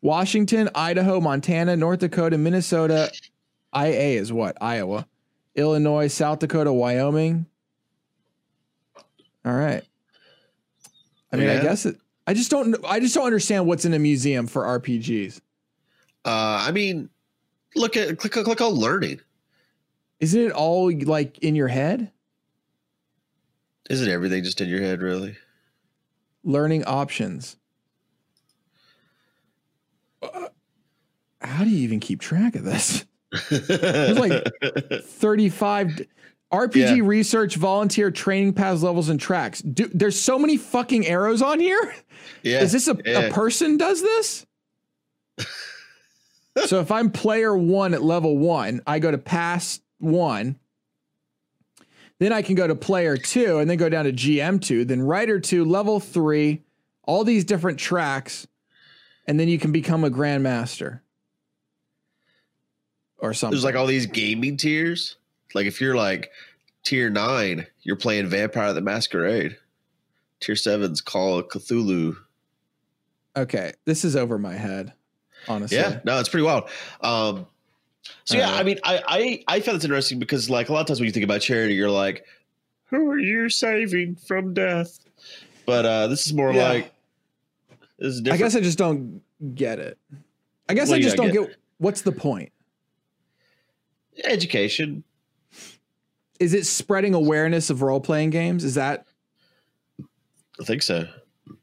Speaker 1: Washington, Idaho, Montana, North Dakota, Minnesota. IA is what? Iowa. Illinois, South Dakota, Wyoming. All right. I mean, I
Speaker 2: Yeah.
Speaker 1: guess it I just don't kn- I just don't understand what's in a museum for RPGs.
Speaker 2: uh, I mean, look at click click on learning.
Speaker 1: Isn't it all like in your head?
Speaker 2: Isn't everything just in your head, really?
Speaker 1: Learning options. Uh, How do you even keep track of this? like- 35 d- RPG
Speaker 2: Yeah.
Speaker 1: research, volunteer training paths, levels, and tracks. Do, there's so many fucking arrows on here. Is
Speaker 2: yeah,
Speaker 1: this a,
Speaker 2: yeah.
Speaker 1: a person does this? so if I'm player one at level one, I go to pass one. Then I can go to player two and then go down to GM two, then writer two, level three, all these different tracks. And then you can become a grandmaster or something.
Speaker 2: there's like all these gaming tiers. Like if you're like tier nine, you're playing Vampire the Masquerade. Tier seven's Call of Cthulhu.
Speaker 1: Okay, this is over my head, honestly.
Speaker 2: Yeah, no, it's pretty wild. Um, so yeah,
Speaker 1: Uh,
Speaker 2: I mean, I, I I found this interesting because like a lot of times when you think about charity, you're like, who are you saving from death? But uh, this is more
Speaker 1: Yeah.
Speaker 2: like this is
Speaker 1: I
Speaker 2: different.
Speaker 1: guess I just don't get it. I guess
Speaker 2: What
Speaker 1: I
Speaker 2: do you
Speaker 1: just
Speaker 2: not
Speaker 1: don't get? what's the point.
Speaker 2: education.
Speaker 1: Is it spreading awareness of role playing games? Is that
Speaker 2: I think so.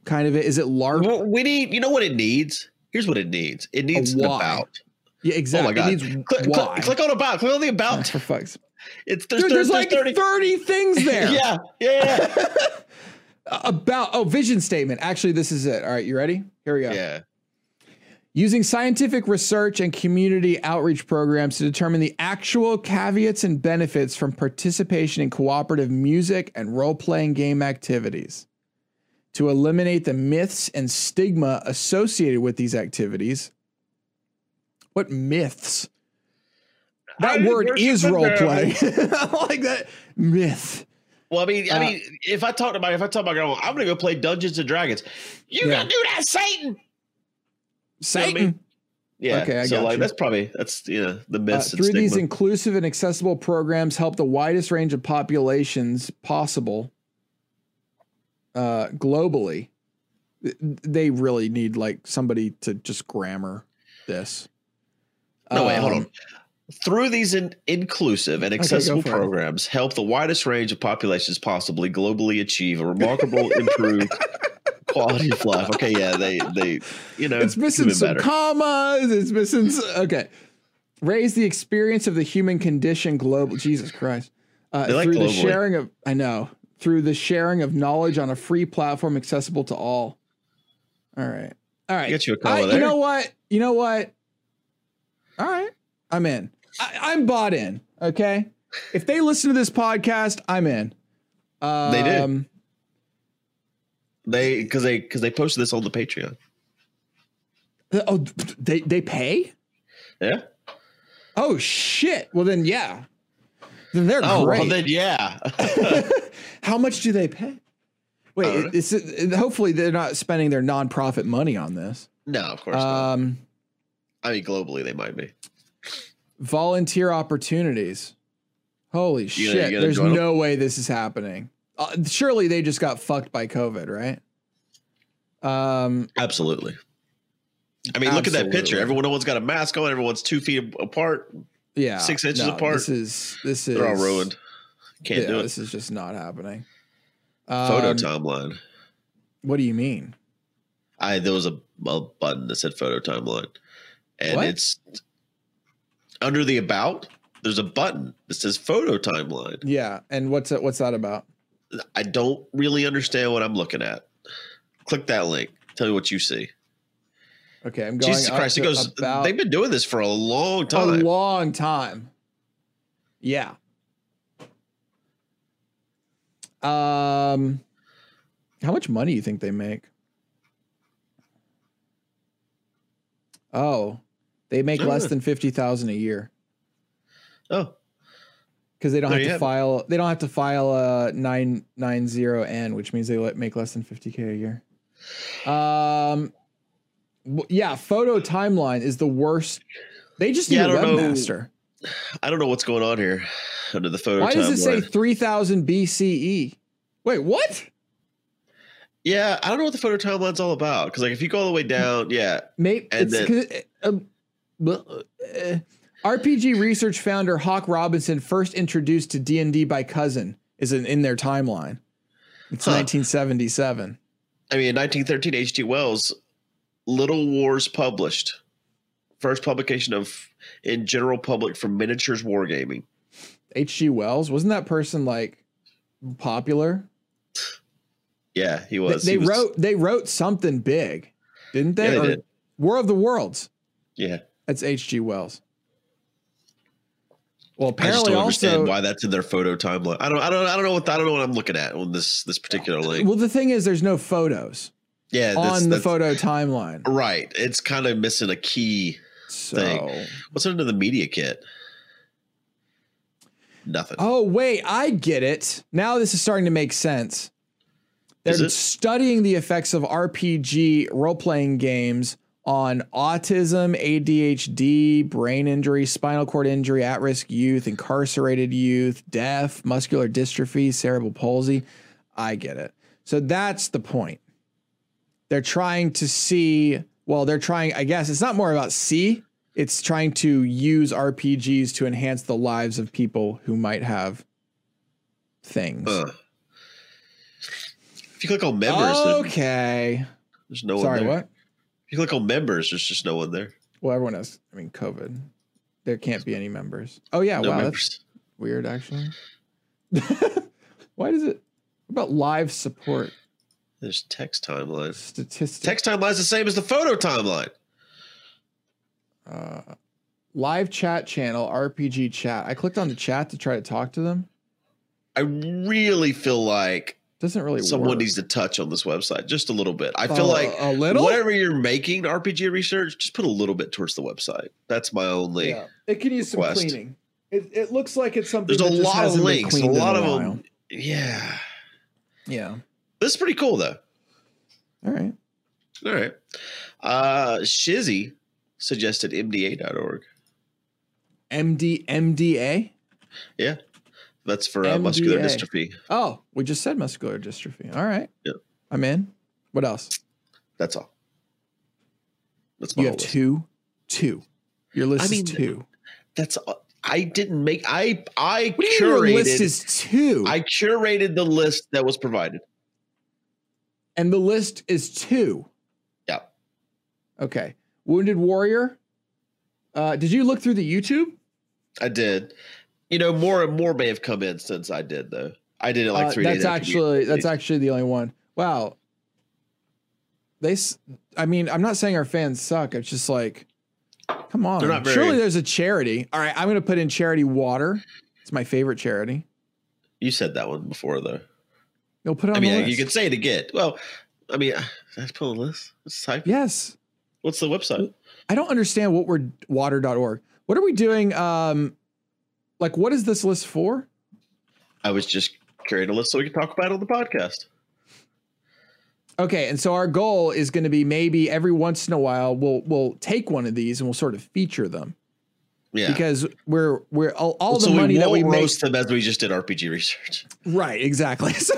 Speaker 1: kind of it? Is it large?
Speaker 2: Well, we need, you know, what it needs. Here's what it needs. It needs an
Speaker 1: why.
Speaker 2: about.
Speaker 1: yeah, exactly.
Speaker 2: Oh God.
Speaker 1: It needs
Speaker 2: Click,
Speaker 1: why.
Speaker 2: click, click on about. Click on the
Speaker 1: Oh,
Speaker 2: about.
Speaker 1: for fuck's
Speaker 2: It's there's,
Speaker 1: Dude, there's, like
Speaker 2: there's,
Speaker 1: 30,
Speaker 2: 30.
Speaker 1: things there.
Speaker 2: yeah, yeah,
Speaker 1: About oh, vision statement. Actually, this is it. All right, you ready? Here we go.
Speaker 2: yeah. yeah.
Speaker 1: Using scientific research and community outreach programs to determine the actual caveats and benefits from participation in cooperative music and role playing game activities. To eliminate the myths and stigma associated with these activities. What myths? That
Speaker 2: I
Speaker 1: word
Speaker 2: worship
Speaker 1: is
Speaker 2: the
Speaker 1: role
Speaker 2: devil.
Speaker 1: play. like that myth.
Speaker 2: Well, I mean,
Speaker 1: Uh,
Speaker 2: I mean, if I talk to my if I tell my girl, I'm gonna go play Dungeons and Dragons. You
Speaker 1: Yeah.
Speaker 2: gonna do that, Satan?
Speaker 1: Satan.
Speaker 2: I mean? Yeah.
Speaker 1: Okay, I
Speaker 2: so
Speaker 1: got
Speaker 2: like
Speaker 1: you.
Speaker 2: that's probably that's you know the
Speaker 1: Uh,
Speaker 2: myths and
Speaker 1: through these
Speaker 2: stigma.
Speaker 1: inclusive and accessible programs, help the widest range of populations possible uh, globally. Th- They really need like somebody to just grammar this.
Speaker 2: No, wait, hold
Speaker 1: Um,
Speaker 2: on. Through these in- inclusive and
Speaker 1: go
Speaker 2: accessible
Speaker 1: for it.
Speaker 2: programs, help the widest range of populations possibly globally achieve a remarkable improved quality of life. Okay, yeah, they they you know
Speaker 1: It's missing
Speaker 2: could've been
Speaker 1: some commas. It's missing. s okay. Raise the experience of the human condition global. Jesus Christ. Uh,
Speaker 2: They like
Speaker 1: through the
Speaker 2: globally.
Speaker 1: sharing of, I know, through the sharing of knowledge on a free platform accessible to all. All right. All right.
Speaker 2: Get you a
Speaker 1: I,
Speaker 2: color there.
Speaker 1: you know what? You know what? All right. I'm in. I, I'm bought in. Okay. If they listen to this podcast, I'm in. Um,
Speaker 2: They do. they because they because they posted this on the Patreon.
Speaker 1: Oh, they they pay.
Speaker 2: Yeah.
Speaker 1: Oh shit. Well then yeah. Then they're
Speaker 2: Oh
Speaker 1: great.
Speaker 2: well, then yeah.
Speaker 1: How much do they pay?
Speaker 2: I don't
Speaker 1: Wait,
Speaker 2: know.
Speaker 1: it's, it- hopefully they're not spending their nonprofit money on this.
Speaker 2: no, of course not.
Speaker 1: Um,
Speaker 2: I mean, globally they might be.
Speaker 1: volunteer opportunities. Holy shit.
Speaker 2: gonna- you gonna
Speaker 1: There's
Speaker 2: join 'em?
Speaker 1: no way this is happening. Uh, surely they just got fucked by COVID, right? Um,
Speaker 2: Absolutely. I mean, look at that picture.
Speaker 1: Absolutely.
Speaker 2: Everyone, no one's got a mask on. Everyone's two feet apart.
Speaker 1: yeah.
Speaker 2: Six inches apart.
Speaker 1: This is, this is,
Speaker 2: They're all ruined. Can't
Speaker 1: yeah,
Speaker 2: do it.
Speaker 1: This is just not happening.
Speaker 2: Photo
Speaker 1: Um,
Speaker 2: timeline.
Speaker 1: What do you mean?
Speaker 2: I there was a, a button that said photo timeline, and
Speaker 1: What?
Speaker 2: it's under the about. There's a button that says photo timeline.
Speaker 1: Yeah. And what's that, what's that about?
Speaker 2: I don't really understand what I'm looking at. Click that link. Tell me what you see.
Speaker 1: Okay, I'm going.
Speaker 2: Jesus
Speaker 1: up
Speaker 2: Christ! It
Speaker 1: to
Speaker 2: goes.
Speaker 1: about
Speaker 2: They've been doing this for a long
Speaker 1: a
Speaker 2: time.
Speaker 1: long time. Yeah. Um, how much money do you think they make? Oh, they make less
Speaker 2: Ah.
Speaker 1: than fifty thousand a year
Speaker 2: oh,
Speaker 1: because they don't
Speaker 2: There
Speaker 1: have
Speaker 2: you
Speaker 1: to
Speaker 2: have it.
Speaker 1: file. They don't have to file a nine nine zero N, which means they let, make less than fifty k a year. Um, w- yeah, photo timeline is the worst. They just need
Speaker 2: Yeah,
Speaker 1: a
Speaker 2: I don't know.
Speaker 1: webmaster.
Speaker 2: I don't know what's going on here under the photo
Speaker 1: Why
Speaker 2: timeline.
Speaker 1: does it say three thousand BCE? Wait, what?
Speaker 2: yeah, I don't know what the photo timeline's all about. Because like if you go all the way down, yeah,
Speaker 1: Maybe
Speaker 2: And
Speaker 1: it's
Speaker 2: then-
Speaker 1: 'cause it- um, bl- uh, RPG research founder Hawk Robinson first introduced to D and D by cousin is in, in their timeline. It's
Speaker 2: Huh.
Speaker 1: 1977.
Speaker 2: I mean, in 1913, H.G. Wells, Little Wars published, first publication of in general public for miniatures wargaming.
Speaker 1: H.G. Wells wasn't that person like popular?
Speaker 2: Yeah, he
Speaker 1: They,
Speaker 2: was.
Speaker 1: they
Speaker 2: He was-
Speaker 1: wrote they wrote something big, didn't they?
Speaker 2: Yeah, they
Speaker 1: Or
Speaker 2: did.
Speaker 1: War of the Worlds.
Speaker 2: Yeah,
Speaker 1: That's H.G. Wells. Well,
Speaker 2: I just
Speaker 1: apparently
Speaker 2: don't
Speaker 1: also
Speaker 2: understand why that's in their photo timeline. I don't. I don't. I don't know what. I don't know what I'm looking at on this this particular link.
Speaker 1: Well, the thing is, there's no photos
Speaker 2: Yeah, that's,
Speaker 1: Uh, on the
Speaker 2: that's-
Speaker 1: photo timeline.
Speaker 2: Right, it's kind of missing a key.
Speaker 1: So,
Speaker 2: What's under the media kit? Nothing.
Speaker 1: oh wait, I get it. Now this is starting to make sense.
Speaker 2: Is
Speaker 1: They're
Speaker 2: it?
Speaker 1: studying the effects of RPG role-playing games on autism, ADHD, brain injury, spinal cord injury, at-risk youth, incarcerated youth, deaf, muscular dystrophy, cerebral palsy. I get it. So that's the point. They're trying to see, well, they're trying, I guess it's not more about see, it's trying to use RPGs to enhance the lives of people who might have things.
Speaker 2: Uh. If you click on members, there-
Speaker 1: okay.
Speaker 2: there's no
Speaker 1: Sorry,
Speaker 2: one. There.
Speaker 1: what?
Speaker 2: If you click on members, there's just no one there.
Speaker 1: Well, everyone has, I mean, COVID. There can't be any members. Oh, yeah.
Speaker 2: No
Speaker 1: wow. That's
Speaker 2: members.
Speaker 1: weird, actually. Why does it, what about live support
Speaker 2: There's text timeline.
Speaker 1: statistics?
Speaker 2: Text timeline's the same as the photo timeline.
Speaker 1: uh, live chat channel RPG chat. I clicked on the chat to try to talk to them.
Speaker 2: I really feel like
Speaker 1: Doesn't really
Speaker 2: someone
Speaker 1: work.
Speaker 2: needs to touch on this website just a little bit. I feel
Speaker 1: Uh,
Speaker 2: like
Speaker 1: a little.
Speaker 2: whatever you're making RPG research, just put a little bit towards the website. That's my only.
Speaker 1: Yeah. It can use some
Speaker 2: request.
Speaker 1: cleaning. It, it looks like it's something.
Speaker 2: There's a
Speaker 1: that just
Speaker 2: lot of
Speaker 1: hasn't been
Speaker 2: links, a
Speaker 1: cleaned in
Speaker 2: lot of
Speaker 1: while.
Speaker 2: them. Yeah,
Speaker 1: Yeah.
Speaker 2: this is pretty cool though.
Speaker 1: All right.
Speaker 2: All right. Uh, Shizzy suggested MDA.org.
Speaker 1: MD MDA.
Speaker 2: That's for uh, muscular
Speaker 1: MDA.
Speaker 2: dystrophy.
Speaker 1: Oh, we just said muscular dystrophy. All right.
Speaker 2: Yep.
Speaker 1: I'm in. What else?
Speaker 2: That's all. That's my
Speaker 1: You
Speaker 2: whole
Speaker 1: have
Speaker 2: list.
Speaker 1: two, two. Your list
Speaker 2: I mean,
Speaker 1: is two.
Speaker 2: That's all. I didn't make. I I
Speaker 1: What do you mean your
Speaker 2: curated.
Speaker 1: list is two?
Speaker 2: I curated the list that was provided.
Speaker 1: and the list is two.
Speaker 2: Yeah.
Speaker 1: Okay. Wounded Warrior. Uh, did you look through the YouTube?
Speaker 2: I did. You know, more and more may have come in since I did, though. I did it like
Speaker 1: Uh,
Speaker 2: three days.
Speaker 1: that's
Speaker 2: after you-
Speaker 1: actually that's actually the only one. Wow. They, s- I mean, I'm not saying our fans suck. It's just like, come on.
Speaker 2: They're not very-
Speaker 1: Surely there's a charity. All right, I'm gonna put in charity water. It's my favorite charity.
Speaker 2: you said that one before, though.
Speaker 1: You'll put it on
Speaker 2: I mean,
Speaker 1: the
Speaker 2: yeah,
Speaker 1: list.
Speaker 2: you can say it again. Well, I mean, that's put on the list. Let's type.
Speaker 1: yes.
Speaker 2: What's the website?
Speaker 1: I don't understand what we're water.org. What are we doing? Um, like, what is this list for?
Speaker 2: I was just curating a list so we could talk about it on the podcast.
Speaker 1: Okay, and so our goal is going to be maybe every once in a while we'll we'll take one of these and we'll sort of feature them
Speaker 2: Yeah.
Speaker 1: because we're we're all, all
Speaker 2: so
Speaker 1: the money
Speaker 2: we
Speaker 1: that we
Speaker 2: won't
Speaker 1: make.
Speaker 2: roast them as we just did RPG research.
Speaker 1: Right, exactly. So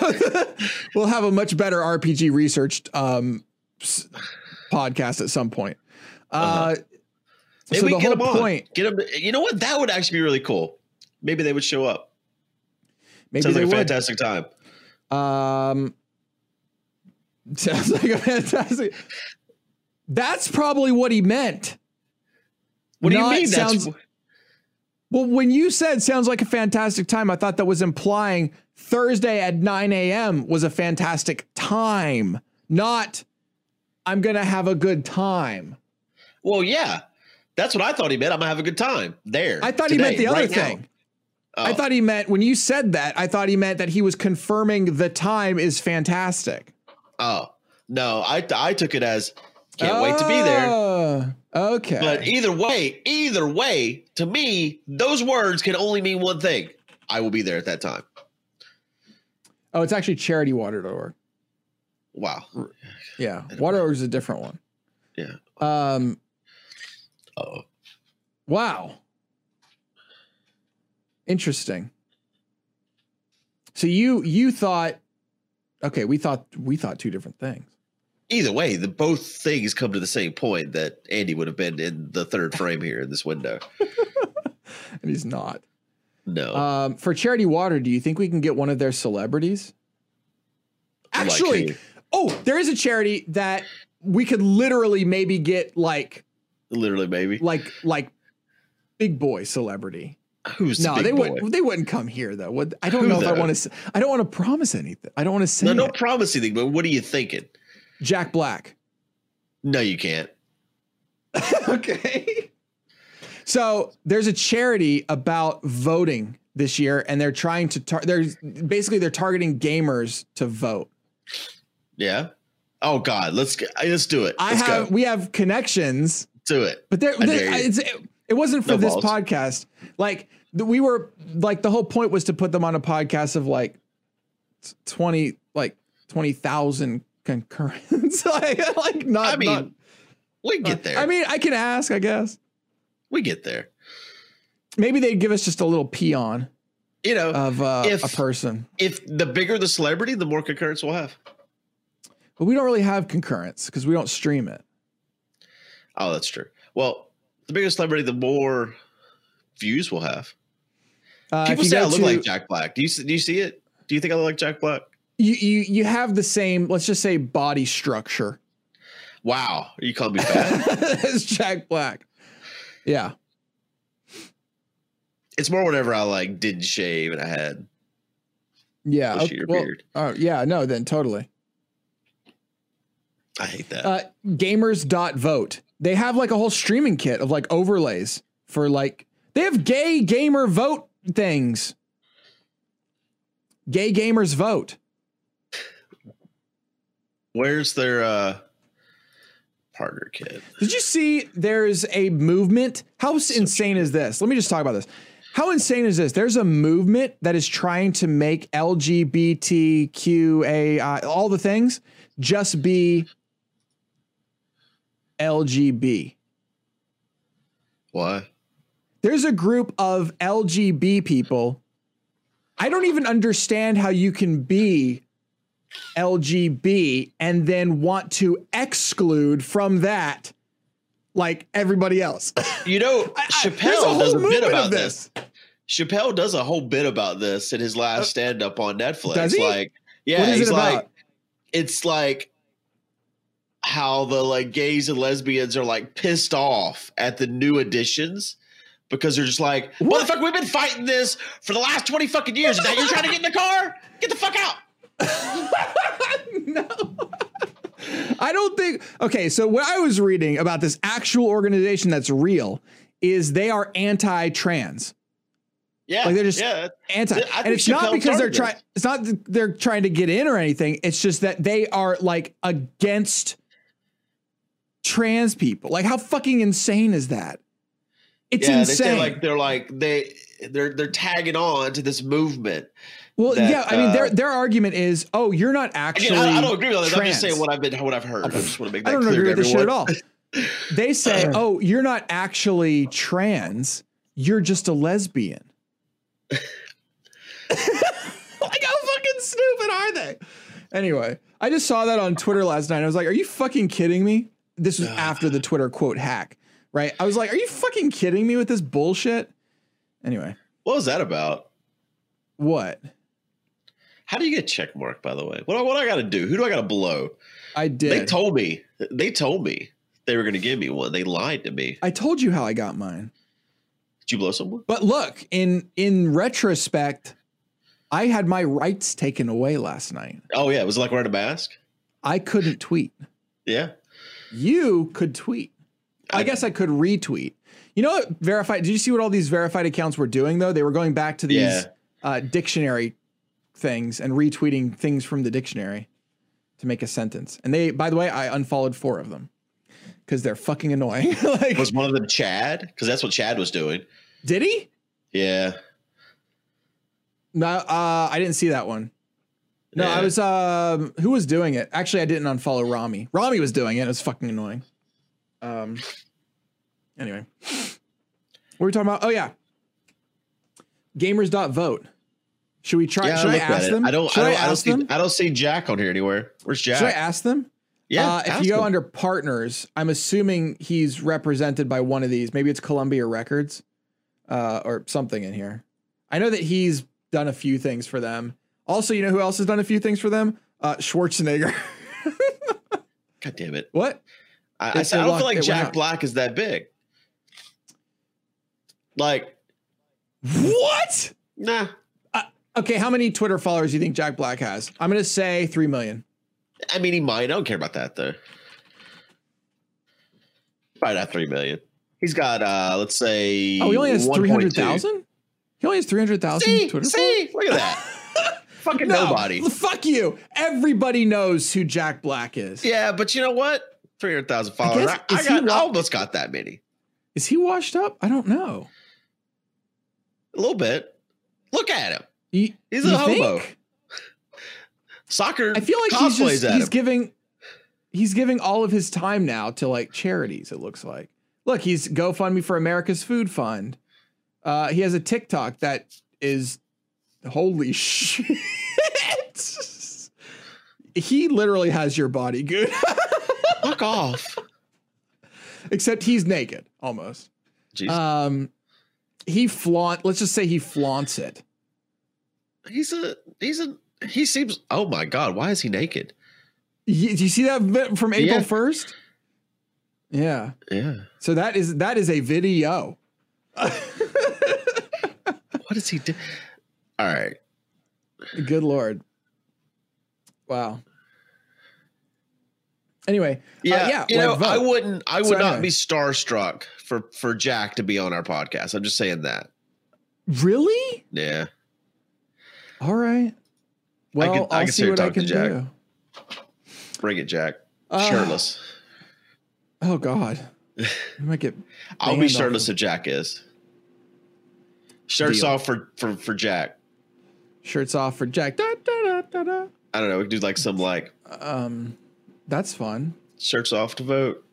Speaker 1: we'll have a much better RPG researched um, s- podcast at some point. Uh,
Speaker 2: Uh-huh. Maybe
Speaker 1: So
Speaker 2: we
Speaker 1: the
Speaker 2: can get
Speaker 1: whole
Speaker 2: them on.
Speaker 1: point,
Speaker 2: Get them. You know what? That would actually be really cool. Maybe they would show up.
Speaker 1: maybe
Speaker 2: Sounds
Speaker 1: they
Speaker 2: like a
Speaker 1: would.
Speaker 2: fantastic time.
Speaker 1: Um, sounds like a fantastic. That's probably what he meant.
Speaker 2: What
Speaker 1: Not
Speaker 2: do you mean?
Speaker 1: sounds-
Speaker 2: that's
Speaker 1: Well, when you said sounds like a fantastic time, I thought that was implying Thursday at 9 a.m. was a fantastic time, not I'm going to have a good time.
Speaker 2: well, yeah. That's what I thought he meant. I'm gonna have a good time there.
Speaker 1: I thought he meant
Speaker 2: today,
Speaker 1: the other
Speaker 2: right now.
Speaker 1: thing.
Speaker 2: Oh,
Speaker 1: I thought he meant when you said that, I thought he meant that he was confirming the time is fantastic.
Speaker 2: Oh no, I I took it as can't wait to be there.
Speaker 1: Oh, Okay.
Speaker 2: But e either way, either way, to me, those words can only mean one thing. I will be there at that time.
Speaker 1: oh, it's actually charitywater.org.
Speaker 2: Wow.
Speaker 1: Yeah.
Speaker 2: don't
Speaker 1: Water.org is a different one.
Speaker 2: Yeah.
Speaker 1: Um,
Speaker 2: Oh,
Speaker 1: Wow. Interesting. So you you thought okay, we thought we thought two different things.
Speaker 2: either way, the both things come to the same point that Andy would have been in the third frame here in this window.
Speaker 1: And he's not.
Speaker 2: No,
Speaker 1: Um for Charity Water, do you think we can get one of their celebrities?
Speaker 2: Like
Speaker 1: Actually,
Speaker 2: who?
Speaker 1: oh, there is a charity that we could literally maybe get like
Speaker 2: literally, maybe
Speaker 1: like like big boy celebrity.
Speaker 2: who's the
Speaker 1: No,
Speaker 2: big
Speaker 1: they
Speaker 2: boy?
Speaker 1: would they wouldn't come here though. Would I don't
Speaker 2: Who,
Speaker 1: know if I
Speaker 2: though?
Speaker 1: want to I don't want to promise anything. I don't want to say
Speaker 2: No,
Speaker 1: it.
Speaker 2: don't promise anything. But what are you thinking?
Speaker 1: Jack Black.
Speaker 2: No, you can't.
Speaker 1: okay. So there's a charity about voting this year, and they're trying to tar- they're basically they're targeting gamers to vote.
Speaker 2: Yeah. Oh God, let's g- let's do it.
Speaker 1: I
Speaker 2: let's
Speaker 1: have
Speaker 2: go.
Speaker 1: we have connections,
Speaker 2: Do it.
Speaker 1: but there
Speaker 2: I dare you.
Speaker 1: it's, it wasn't for
Speaker 2: No
Speaker 1: this
Speaker 2: balls.
Speaker 1: podcast. Like the, we were like the whole point was to put them on a podcast of like t- twenty like twenty thousand concurrents. like like not
Speaker 2: I mean,
Speaker 1: not-
Speaker 2: we get there.
Speaker 1: Uh, I mean, I can ask, I guess.
Speaker 2: we get there.
Speaker 1: Maybe they'd give us just a little peon.
Speaker 2: You know,
Speaker 1: of uh,
Speaker 2: If-
Speaker 1: a person.
Speaker 2: if the bigger the celebrity, the more concurrence we'll have.
Speaker 1: But we don't really have concurrence because we don't stream it.
Speaker 2: Oh, that's true. Well, the bigger celebrity, the more views we'll have.
Speaker 1: Uh, if
Speaker 2: People
Speaker 1: you
Speaker 2: say I
Speaker 1: go
Speaker 2: look
Speaker 1: to-
Speaker 2: like Jack Black. Do you see- do you see it? Do you think I look like Jack Black?
Speaker 1: you, you you have the same, let's just say, body structure
Speaker 2: Wow, you call me fat.
Speaker 1: as Jack Black. Yeah,
Speaker 2: it's more whenever I like didn't shave and I had
Speaker 1: yeah,
Speaker 2: bushy
Speaker 1: okay,
Speaker 2: or
Speaker 1: well,
Speaker 2: beard.
Speaker 1: oh, yeah. No, then totally.
Speaker 2: I hate that.
Speaker 1: Uh, gamers dot vote. They have like a whole streaming kit of like overlays for like they have gay gamer vote things. Gay gamers vote.
Speaker 2: Where's their uh partner kid?
Speaker 1: Did you see there's a movement? How s- insane is this? Let me just talk about this. How insane is this? There's a movement that is trying to make LGBTQA all the things just be LGB.
Speaker 2: Why?
Speaker 1: There's a group of LGB people. I don't even understand how you can be LGB and then want to exclude from that like everybody else.
Speaker 2: You know,
Speaker 1: I- I- there's
Speaker 2: Chappelle does a bit
Speaker 1: movement of
Speaker 2: about this. Chappelle does a whole bit about this in his last stand up on Netflix.
Speaker 1: Uh, does he?
Speaker 2: Like, yeah,
Speaker 1: what is
Speaker 2: he's
Speaker 1: it
Speaker 2: like,
Speaker 1: about?
Speaker 2: it's like how the like gays and lesbians are like pissed off at the new additions because they're just like,
Speaker 1: What?
Speaker 2: motherfucker, we've been fighting this for the last 20 fucking years. Now you're trying to get in the car? Get the fuck out.
Speaker 1: no. I don't think. Okay, so what I was reading about this actual organization that's real is they are anti-trans,
Speaker 2: Yeah.
Speaker 1: Like, they're just-
Speaker 2: yeah.
Speaker 1: anti,
Speaker 2: Th- I
Speaker 1: and
Speaker 2: think
Speaker 1: it's not
Speaker 2: Chappelle
Speaker 1: because they're
Speaker 2: started
Speaker 1: trying.
Speaker 2: this.
Speaker 1: It's not that they're trying to get in or anything. It's just that they are like against trans people. Like, how fucking insane is that? It's
Speaker 2: yeah,
Speaker 1: insane.
Speaker 2: they say like they're like they they're they're tagging on to this movement.
Speaker 1: well,
Speaker 2: that,
Speaker 1: yeah, I mean, their
Speaker 2: uh,
Speaker 1: their argument is, oh, you're not
Speaker 2: Again,
Speaker 1: actually.
Speaker 2: I, I don't agree with that. I'm just
Speaker 1: trans.
Speaker 2: saying what I've been what I've heard. I just want to make that
Speaker 1: I don't
Speaker 2: clear
Speaker 1: agree with
Speaker 2: to
Speaker 1: this shit at
Speaker 2: everyone. Uh-huh.
Speaker 1: all. They say, "Oh, you're not actually trans. You're just a lesbian." like how fucking stupid are they? Anyway, I just saw that on Twitter last night. I was like, "Are you fucking kidding me?" This
Speaker 2: Oh,
Speaker 1: was after the Twitter quote hack, right? I was like, "Are you fucking kidding me with this bullshit?" Anyway,
Speaker 2: What was that about?
Speaker 1: what
Speaker 2: How do you get check mark? By the way, what do I- what do I got to do? Who do I got to blow?
Speaker 1: I did,
Speaker 2: They told me. They told me they were going to give me one. They lied to me.
Speaker 1: I told you how I got mine.
Speaker 2: Did you blow someone?
Speaker 1: But look, in in retrospect, I had my rights taken away last night.
Speaker 2: Oh yeah, was it like wearing a mask?
Speaker 1: I couldn't tweet.
Speaker 2: Yeah.
Speaker 1: You could tweet. I
Speaker 2: I-
Speaker 1: guess I could retweet. You know what verified did you see what all these verified accounts were doing though? They were going back to these
Speaker 2: Yeah.
Speaker 1: uh, dictionary things and retweeting things from the dictionary to make a sentence. And they by the way, I unfollowed four of them. Because they're fucking annoying. like
Speaker 2: Was one of them Chad? Because that's what Chad was doing.
Speaker 1: did he?
Speaker 2: Yeah.
Speaker 1: No, uh, I didn't see that one. No, I
Speaker 2: Yeah.
Speaker 1: was. Um, who was doing it? Actually, I didn't unfollow Rami. Rami was doing it. It was fucking annoying. Um. Anyway, what were we talking about? Oh yeah, gamers.vote. Should we try?
Speaker 2: yeah,
Speaker 1: should I,
Speaker 2: looked at
Speaker 1: ask
Speaker 2: it.
Speaker 1: them?
Speaker 2: I don't.
Speaker 1: Should
Speaker 2: I
Speaker 1: I,
Speaker 2: don't. I, don't
Speaker 1: ask
Speaker 2: see.
Speaker 1: them?
Speaker 2: I don't see Jack on here anywhere. Where's Jack?
Speaker 1: Should I ask them?
Speaker 2: yeah.
Speaker 1: Uh, if
Speaker 2: ask
Speaker 1: you go
Speaker 2: him.
Speaker 1: under partners, I'm assuming he's represented by one of these. Maybe it's Columbia Records uh, or something in here. I know that he's done a few things for them. Also, you know who else has done a few things for them? Uh, Schwarzenegger.
Speaker 2: God damn it!
Speaker 1: what?
Speaker 2: I, I,
Speaker 1: It's
Speaker 2: said, I
Speaker 1: a
Speaker 2: don't
Speaker 1: lot-
Speaker 2: feel
Speaker 1: it
Speaker 2: like
Speaker 1: went
Speaker 2: Jack
Speaker 1: up.
Speaker 2: Black is that big. Like,
Speaker 1: What?
Speaker 2: nah.
Speaker 1: Okay, how many Twitter followers do you think Jack Black has? I'm going to say 3 million.
Speaker 2: I mean, he might. I don't care about that though. Probably not three million. He's got, uh let's say.
Speaker 1: Oh, he only has
Speaker 2: 1.2.
Speaker 1: 300,000? He only has 300,000
Speaker 2: See,
Speaker 1: Twitter
Speaker 2: see, look at that. Fucking
Speaker 1: No,
Speaker 2: nobody.
Speaker 1: Fuck you. Everybody knows who Jack Black is.
Speaker 2: Yeah, but you know what? Three hundred thousand
Speaker 1: I
Speaker 2: followers. I,
Speaker 1: guess-
Speaker 2: I
Speaker 1: is he
Speaker 2: got. I
Speaker 1: wa-
Speaker 2: almost got that many.
Speaker 1: Is he washed up? I don't know.
Speaker 2: A little bit. Look at him.
Speaker 1: You-
Speaker 2: He's a
Speaker 1: you
Speaker 2: hobo. Soccer.
Speaker 1: I feel like he's
Speaker 2: cosplays
Speaker 1: just,
Speaker 2: at
Speaker 1: he's
Speaker 2: him.
Speaker 1: giving he's giving all of his time now to like charities. It looks like. Look, he's GoFundMe for America's Food Fund. Uh, he has a TikTok that is holy shit. he literally has your body good,
Speaker 2: Fuck off.
Speaker 1: Uh, except he's naked almost.
Speaker 2: Jeez.
Speaker 1: Um, he flaunt. Let's just say he flaunts it.
Speaker 2: he's a. He's a. He seems. Oh my god. Why is he naked?
Speaker 1: Y- Do you see that vi- from April
Speaker 2: Yeah.
Speaker 1: first? yeah.
Speaker 2: Yeah.
Speaker 1: So that is that is a video.
Speaker 2: What does he do? All right.
Speaker 1: Good lord. Wow. Anyway, uh,
Speaker 2: Uh, Yeah,
Speaker 1: yeah,
Speaker 2: you
Speaker 1: like
Speaker 2: know, I
Speaker 1: vote.
Speaker 2: wouldn't. I would
Speaker 1: So
Speaker 2: not
Speaker 1: anyway.
Speaker 2: be starstruck for for Jack to be on our podcast. I'm just saying that.
Speaker 1: really?
Speaker 2: Yeah,
Speaker 1: All right. Well, I
Speaker 2: could- I
Speaker 1: will
Speaker 2: could sit
Speaker 1: see
Speaker 2: here
Speaker 1: what I
Speaker 2: talk to
Speaker 1: can
Speaker 2: Jack.
Speaker 1: do.
Speaker 2: bring it, Jack.
Speaker 1: Ah,
Speaker 2: shirtless.
Speaker 1: Oh god. I might get
Speaker 2: I'll
Speaker 1: banned
Speaker 2: be
Speaker 1: off
Speaker 2: shirtless
Speaker 1: of-
Speaker 2: if Jack is. Shirts
Speaker 1: Deal.
Speaker 2: off for for for Jack.
Speaker 1: shirts off for Jack. Da, da, da, da,
Speaker 2: I don't know. We could do like some like
Speaker 1: da. Um, that's fun.
Speaker 2: shirts off to vote.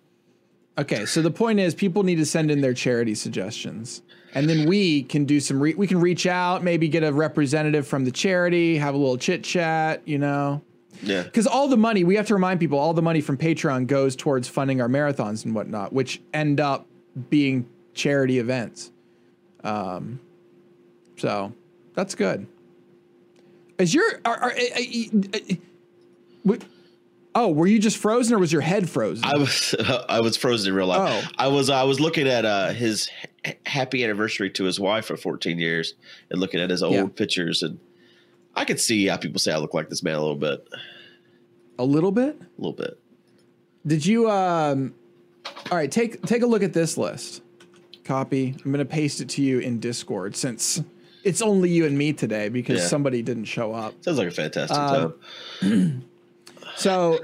Speaker 1: Okay, so the point is, people need to send in their charity suggestions, and then we can do some. Re- we can reach out, maybe get a representative from the charity, have a little chit chat, you know.
Speaker 2: Yeah.
Speaker 1: Because all the money, we have to remind people, all the money from Patreon goes towards funding our marathons and whatnot, which end up being charity events. Um, so that's good. Is your are, are, eh, eh, eh, eh, what- oh were you just frozen or was your head frozen?
Speaker 2: I was I was frozen in real life.
Speaker 1: Oh.
Speaker 2: I was I was looking at uh, his ha- happy anniversary to his wife for 14 years and looking at his old
Speaker 1: Yeah.
Speaker 2: pictures and I could see how people say I look like this man a little bit,
Speaker 1: a
Speaker 2: a
Speaker 1: little bit.
Speaker 2: little bit.
Speaker 1: Did you? Um, all right, take take a look at this list. Copy. I'm gonna paste it to you in Discord since it's only you and me today because
Speaker 2: Yeah.
Speaker 1: somebody didn't show up.
Speaker 2: Sounds like a fantastic
Speaker 1: Um,
Speaker 2: time.
Speaker 1: So,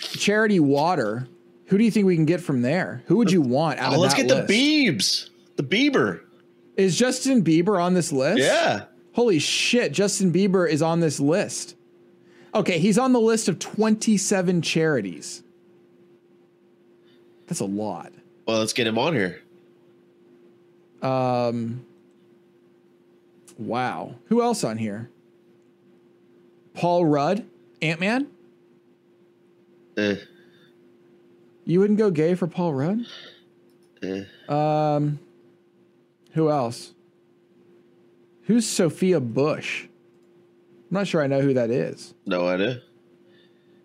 Speaker 1: charity water. Who do you think we can get from there? Who would you want out
Speaker 2: Oh,
Speaker 1: of
Speaker 2: let's
Speaker 1: that
Speaker 2: get
Speaker 1: list?
Speaker 2: the Biebs, the Bieber.
Speaker 1: Is Justin Bieber on this list?
Speaker 2: Yeah,
Speaker 1: Holy shit, Justin Bieber is on this list. Okay, he's on the list of 27 charities. That's a lot.
Speaker 2: well, let's get him on here.
Speaker 1: Um, wow. Who else on here? Paul Rudd, Ant Man.
Speaker 2: Eh,
Speaker 1: You wouldn't go gay for Paul Rudd.
Speaker 2: eh.
Speaker 1: Um, who else? Who's Sophia Bush? I'm not sure I know who that is.
Speaker 2: No idea.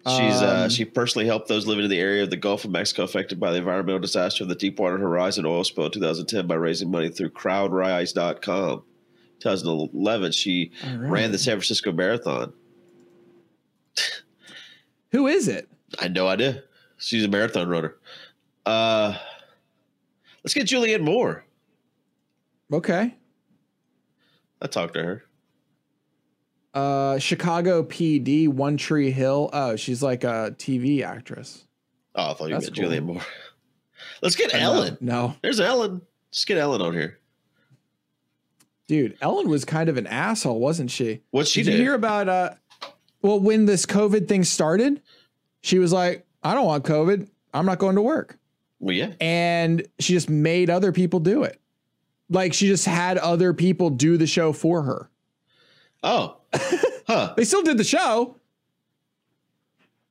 Speaker 2: She's uh,
Speaker 1: Um,
Speaker 2: she personally helped those living in the area of the Gulf of Mexico affected by the environmental disaster of the Deepwater Horizon oil spill in 2010 by raising money through crowdrise.com. 2011, she
Speaker 1: All right.
Speaker 2: ran the San Francisco Marathon.
Speaker 1: Who is it?
Speaker 2: I had no idea. She's a marathon runner. Uh, let's get Julianne Moore.
Speaker 1: Okay.
Speaker 2: I talked to her.
Speaker 1: Uh, Chicago PD, One Tree Hill. Oh, she's like a TV actress.
Speaker 2: Oh, I thought you
Speaker 1: That's
Speaker 2: meant
Speaker 1: cool.
Speaker 2: Julianne Moore. Let's get
Speaker 1: Or no,
Speaker 2: Ellen.
Speaker 1: No,
Speaker 2: There's Ellen. Let's get Ellen on here.
Speaker 1: dude, Ellen was kind of an asshole, wasn't she?
Speaker 2: What she
Speaker 1: did
Speaker 2: did?
Speaker 1: you hear about uh well when this covid thing started she was like i don't want covid i'm not going to work
Speaker 2: well, yeah.
Speaker 1: and she just made other people do it like she just had other people do the show for her
Speaker 2: Oh, huh.
Speaker 1: they still did the show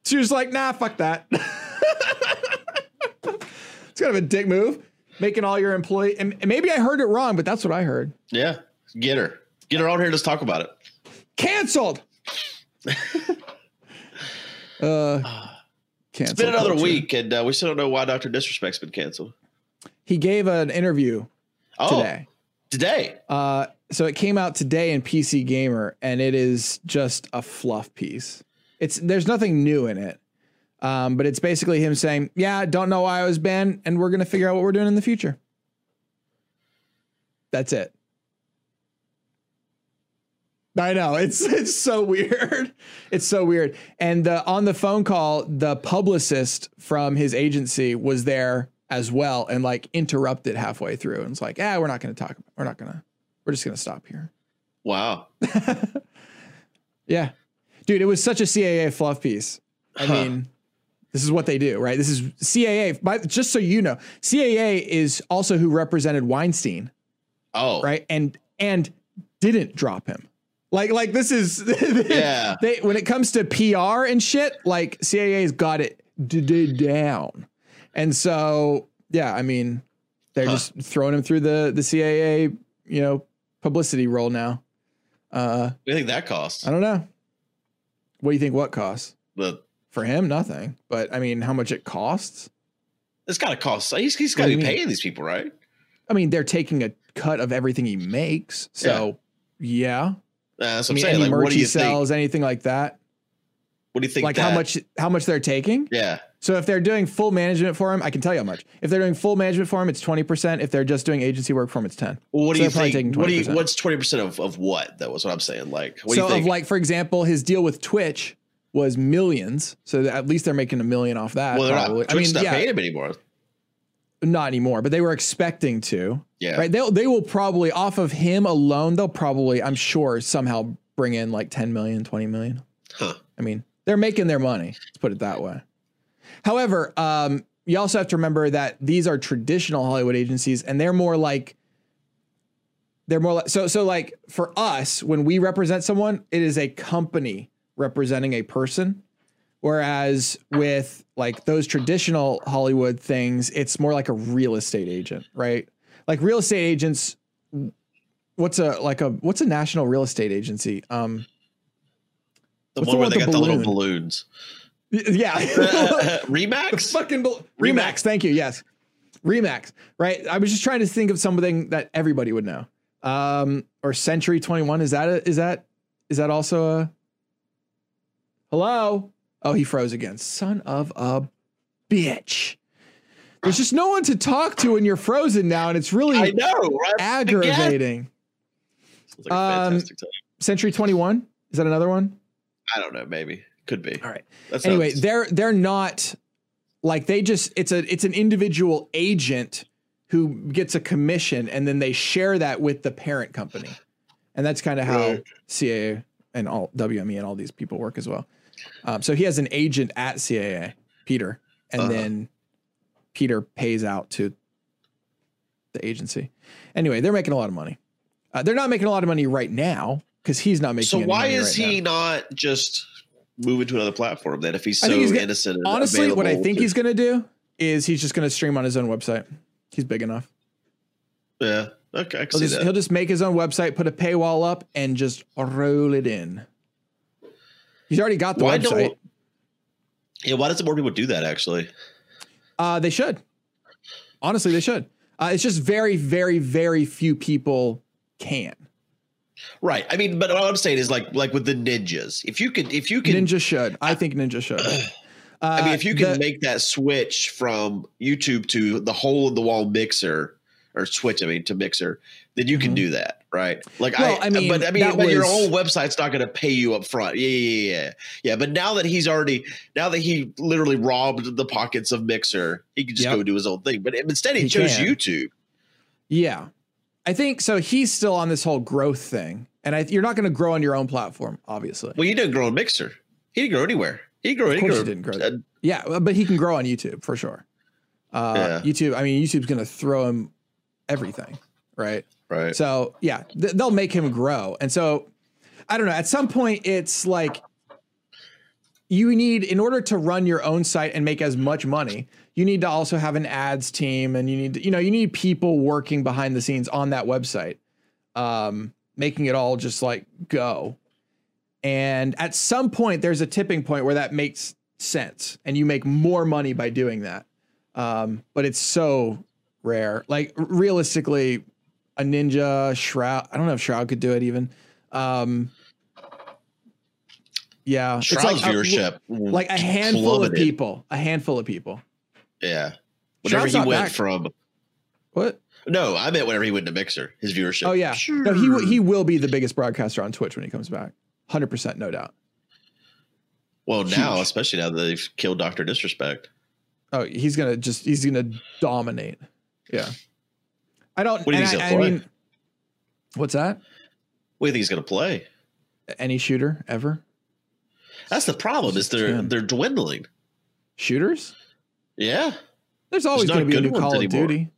Speaker 1: she was like nah fuck that it's kind of a dick move making all your employee and and maybe i heard it wrong but that's what i heard
Speaker 2: Yeah. Get her. Get her on here. Let's talk about it.
Speaker 1: canceled uh
Speaker 2: It's
Speaker 1: canceled
Speaker 2: been another
Speaker 1: culture.
Speaker 2: week, and uh, we still don't know why Doctor Disrespect's been canceled.
Speaker 1: he gave an interview
Speaker 2: Oh, today.
Speaker 1: today. Uh, so it came out today in PC Gamer, and it is just a fluff piece. It's there's nothing new in it, um, but it's basically him saying, "Yeah, don't know why I was banned, and we're gonna figure out what we're doing in the future." That's it. I know it's it's so weird. It's so weird. And uh, on the phone call, the publicist from his agency was there as well, and like interrupted halfway through, and was like, "Ah, we're not going to talk. We're not going to. We're just going to stop here."
Speaker 2: Wow.
Speaker 1: Yeah, dude, it was such a CAA fluff piece. I
Speaker 2: Huh.
Speaker 1: mean, this is what they do, right? This is CAA. By, just so you know, CAA is also who represented Weinstein.
Speaker 2: Oh,
Speaker 1: right and and didn't drop him like like this is
Speaker 2: Yeah.
Speaker 1: they when it comes to pr and shit like caa's got it d- d- down and so yeah i mean they're
Speaker 2: Huh.
Speaker 1: just throwing him through the the caa you know publicity roll now uh
Speaker 2: What do you think that costs?
Speaker 1: i don't know what do you think what costs
Speaker 2: The
Speaker 1: for him nothing but i mean how much it costs
Speaker 2: it's got to cost. He's, he's
Speaker 1: What
Speaker 2: got
Speaker 1: do
Speaker 2: to
Speaker 1: you
Speaker 2: be
Speaker 1: mean?
Speaker 2: paying these people, right?
Speaker 1: i mean they're taking a cut of everything he makes so yeah,
Speaker 2: Uh, that's
Speaker 1: i
Speaker 2: what I'm
Speaker 1: mean
Speaker 2: saying.
Speaker 1: any
Speaker 2: Like,
Speaker 1: merch
Speaker 2: what do
Speaker 1: he
Speaker 2: you think?
Speaker 1: sells anything like that
Speaker 2: What do you think?
Speaker 1: like
Speaker 2: that-
Speaker 1: how much how much they're taking.
Speaker 2: Yeah.
Speaker 1: So if they're doing full management for him, I can tell you how much. If they're doing full management for him, it's twenty percent. If they're just doing agency work for him, it's ten.
Speaker 2: Well, what do
Speaker 1: So
Speaker 2: you
Speaker 1: they're probably taking
Speaker 2: think? What do you?
Speaker 1: 20%.
Speaker 2: What's twenty percent of of what? That was what I'm saying. Like,
Speaker 1: so
Speaker 2: what do you
Speaker 1: of
Speaker 2: think?
Speaker 1: like for example, his deal with Twitch was millions. So that- at least they're making a million off that.
Speaker 2: well, they're not.
Speaker 1: probably.
Speaker 2: Twitch's not paying him anymore.
Speaker 1: not anymore, but they were expecting to.
Speaker 2: Yeah.
Speaker 1: Right? They'll they will probably off of him alone, they'll probably, I'm sure, somehow bring in like 10 million, 20 million.
Speaker 2: Huh.
Speaker 1: I mean, they're making their money. Let's put it that way. However, um, you also have to remember that these are traditional Hollywood agencies and they're more like they're more like so so like for us when we represent someone it is a company representing a person whereas with like those traditional Hollywood things it's more like a real estate agent right like real estate agents what's a like a what's a national real estate agency um
Speaker 2: The
Speaker 1: What's the
Speaker 2: one where
Speaker 1: one
Speaker 2: they
Speaker 1: with
Speaker 2: got
Speaker 1: the
Speaker 2: the little
Speaker 1: balloon?
Speaker 2: balloons. Uh,
Speaker 1: y- yeah
Speaker 2: Remax?
Speaker 1: fucking bel-
Speaker 2: Remax.
Speaker 1: Remax. Thank you. Yes, Remax. Right. I was just trying to think of something that everybody would know. Um, or Century Twenty One. Is that a, is that is that also a? Hello. Oh, he froze again. Son of a bitch. There's just no one to talk to when you're frozen now, and it's
Speaker 2: I
Speaker 1: really
Speaker 2: know, right?
Speaker 1: aggravating.
Speaker 2: Sounds like a
Speaker 1: Um,
Speaker 2: fantastic time.
Speaker 1: Century Twenty One. Is that another one?
Speaker 2: I don't know, maybe. Could be.
Speaker 1: All right.
Speaker 2: That's
Speaker 1: anyway they're they're not like they just it's a it's an individual agent who gets a commission and then they share that with the parent company and that's kind of how
Speaker 2: Right.
Speaker 1: CAA and all WME and all these people work as well um, so he has an agent at CAA Peter and
Speaker 2: Uh-huh.
Speaker 1: then Peter pays out to the agency anyway they're making a lot of money uh, they're not making a lot of money right now because he's not making
Speaker 2: so
Speaker 1: any
Speaker 2: why
Speaker 1: money
Speaker 2: is
Speaker 1: right now.
Speaker 2: he not just moving to another platform then if he's
Speaker 1: I
Speaker 2: so
Speaker 1: think he's gonna-
Speaker 2: innocent and
Speaker 1: Honestly, what I
Speaker 2: available
Speaker 1: think
Speaker 2: to-
Speaker 1: he's going to do is he's just going to stream on his own website. He's big enough.
Speaker 2: yeah okay I
Speaker 1: He'll
Speaker 2: can see
Speaker 1: just,
Speaker 2: that.
Speaker 1: he'll just make his own website, put a paywall up, and just roll it in. He's already got the
Speaker 2: why
Speaker 1: website.
Speaker 2: don't yeah why doesn't more people do that actually
Speaker 1: Uh, they should. Honestly, they should. Uh, it's just very, very, very few people can.
Speaker 2: right I mean but what I'm saying is like like with the ninjas if you could if you can
Speaker 1: Ninja should. I think Ninja should. Uh,
Speaker 2: I mean if you can
Speaker 1: the-
Speaker 2: make that switch from YouTube to the hole in the wall mixer or switch I mean to mixer then you can
Speaker 1: Mhm.
Speaker 2: do that right like
Speaker 1: Well,
Speaker 2: I,
Speaker 1: I mean,
Speaker 2: but I mean
Speaker 1: that
Speaker 2: but your
Speaker 1: was-
Speaker 2: own website's not going to pay you up front yeah yeah yeah yeah yeah but now that he's already now that he literally robbed the pockets of mixer he could just
Speaker 1: Yep.
Speaker 2: go do his own thing but instead he,
Speaker 1: He
Speaker 2: chose
Speaker 1: can.
Speaker 2: YouTube
Speaker 1: Yeah. I think so. He's still on this whole growth thing. And I, you're not going to grow on your own platform, obviously.
Speaker 2: well he didn't grow on mixer he didn't grow anywhere he didn't grow
Speaker 1: Of
Speaker 2: he
Speaker 1: course,
Speaker 2: grew-
Speaker 1: he didn't grow.
Speaker 2: uh,
Speaker 1: Yeah, well, but he can grow on YouTube for sure. Uh, YouTube, I mean, YouTube's going to throw him everything, right?
Speaker 2: right
Speaker 1: So yeah, th- they'll make him grow. And so I don't know. At some point, it's like you need, in order to run your own site and make as much money, you need to also have an ads team, and you need, to, you know, you need people working behind the scenes on that website, um, making it all just like go. And at some point, there's a tipping point where that makes sense, and you make more money by doing that. Um, but it's so rare. Like realistically, a ninja shroud. I don't know if Shroud could do it even. Um, yeah, it's
Speaker 2: Shroud's
Speaker 1: like a-
Speaker 2: viewership
Speaker 1: like a handful of
Speaker 2: plummeted.
Speaker 1: people. A handful of people.
Speaker 2: yeah whenever
Speaker 1: Shroud's
Speaker 2: he
Speaker 1: not
Speaker 2: went
Speaker 1: back.
Speaker 2: from
Speaker 1: What?
Speaker 2: No, I meant whenever he went to Mixer, his viewership.
Speaker 1: Oh yeah. No, he w- he will be the biggest broadcaster on Twitch when he comes back. Hundred percent, no doubt.
Speaker 2: Well, now,
Speaker 1: Huge.
Speaker 2: especially now that they've killed Doctor Disrespect.
Speaker 1: Oh, he's gonna just he's gonna dominate. Yeah. I don't.
Speaker 2: What do you
Speaker 1: and
Speaker 2: think's
Speaker 1: I,
Speaker 2: he'll
Speaker 1: I
Speaker 2: play?
Speaker 1: mean, what's that?
Speaker 2: What do you think he's going to play?
Speaker 1: Any shooter ever?
Speaker 2: That's the problem. Is they're
Speaker 1: Damn.
Speaker 2: they're dwindling.
Speaker 1: Shooters?
Speaker 2: Yeah,
Speaker 1: There's always
Speaker 2: not
Speaker 1: going to be a
Speaker 2: good
Speaker 1: new
Speaker 2: ones
Speaker 1: Call of
Speaker 2: anymore.
Speaker 1: Duty.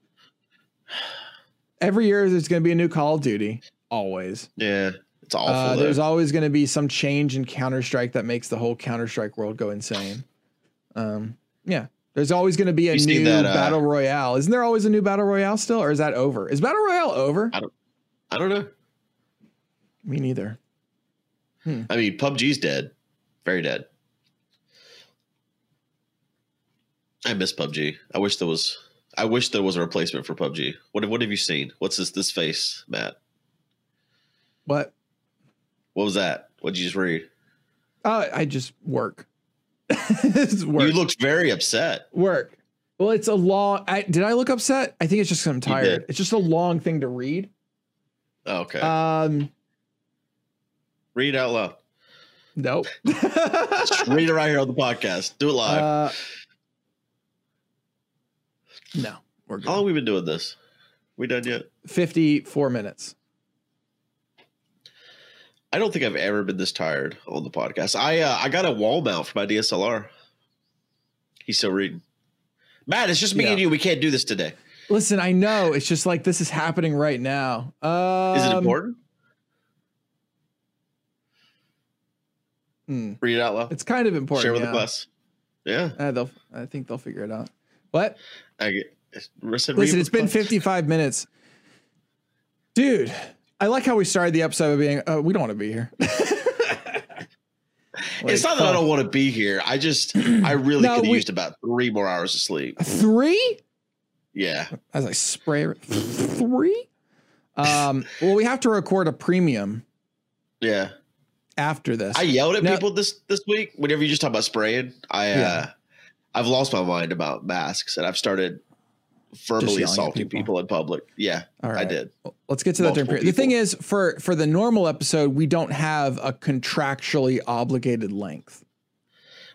Speaker 1: Every year there's going to be a new Call of Duty. Always.
Speaker 2: yeah, it's awful.
Speaker 1: Uh,
Speaker 2: though.
Speaker 1: there's always going to be some change in Counter Strike that makes the whole Counter Strike world go insane. Um, yeah. There's always going to be a
Speaker 2: You see
Speaker 1: new
Speaker 2: that, uh,
Speaker 1: battle royale. Isn't there always a new battle royale still, or is that over? Is battle royale over?
Speaker 2: I- I don't know.
Speaker 1: Me neither.
Speaker 2: I mean, PUBG's dead, very dead. I miss PUBG. I wish there was. I wish there was a replacement for PUBG. What have- what have you seen? What's this this face, Matt?
Speaker 1: But
Speaker 2: What was that? What did you just read?
Speaker 1: uh, I just work. It's work.
Speaker 2: You looked very upset.
Speaker 1: work. Well, it's a long. I, did I look upset? I think it's just 'cause I'm
Speaker 2: You did.
Speaker 1: tired. It's just a long thing to read.
Speaker 2: Oh, okay,
Speaker 1: Um,
Speaker 2: read out loud.
Speaker 1: Nope.
Speaker 2: read it right here on the podcast. Do it live.
Speaker 1: Uh, no, we're
Speaker 2: How long
Speaker 1: good.
Speaker 2: we been doing this? We done yet?
Speaker 1: 54 minutes.
Speaker 2: I don't think I've ever been this tired on the podcast. I uh, I got a wall mount for my DSLR. He's still reading. Matt, it's just me
Speaker 1: Yeah.
Speaker 2: and you. We can't do this today.
Speaker 1: Listen, I know it's just like this is happening right now. Um,
Speaker 2: Is it important?
Speaker 1: hmm,
Speaker 2: Read it out loud.
Speaker 1: it's kind of important.
Speaker 2: Share with the
Speaker 1: yeah.
Speaker 2: class. Yeah,
Speaker 1: Uh, they'll, I think they'll figure it out. What?
Speaker 2: I get. Listen,
Speaker 1: Listen,
Speaker 2: read with
Speaker 1: it's
Speaker 2: the
Speaker 1: been
Speaker 2: class.
Speaker 1: 55 minutes. Dude, I like how we started the episode of being, uh, we don't want to be here.
Speaker 2: it's not that I don't want to be here. I just, I really
Speaker 1: No,
Speaker 2: could have
Speaker 1: we-
Speaker 2: used about three more hours of sleep.
Speaker 1: Three?
Speaker 2: Yeah.
Speaker 1: As I spray it. Three? Um, well, we have to record a premium
Speaker 2: Yeah.
Speaker 1: after this.
Speaker 2: I yelled at
Speaker 1: No.
Speaker 2: people this this week. Whenever you just talk about spraying, I uh,
Speaker 1: Yeah.
Speaker 2: I've lost my mind about masks, and I've started
Speaker 1: yelling
Speaker 2: verbally
Speaker 1: at
Speaker 2: assaulting people.
Speaker 1: people.
Speaker 2: in public. Yeah,
Speaker 1: All
Speaker 2: I
Speaker 1: right.
Speaker 2: did.
Speaker 1: Let's get to that during
Speaker 2: Multiple
Speaker 1: period. The thing
Speaker 2: people.
Speaker 1: is, for for the normal episode, we don't have a contractually obligated length.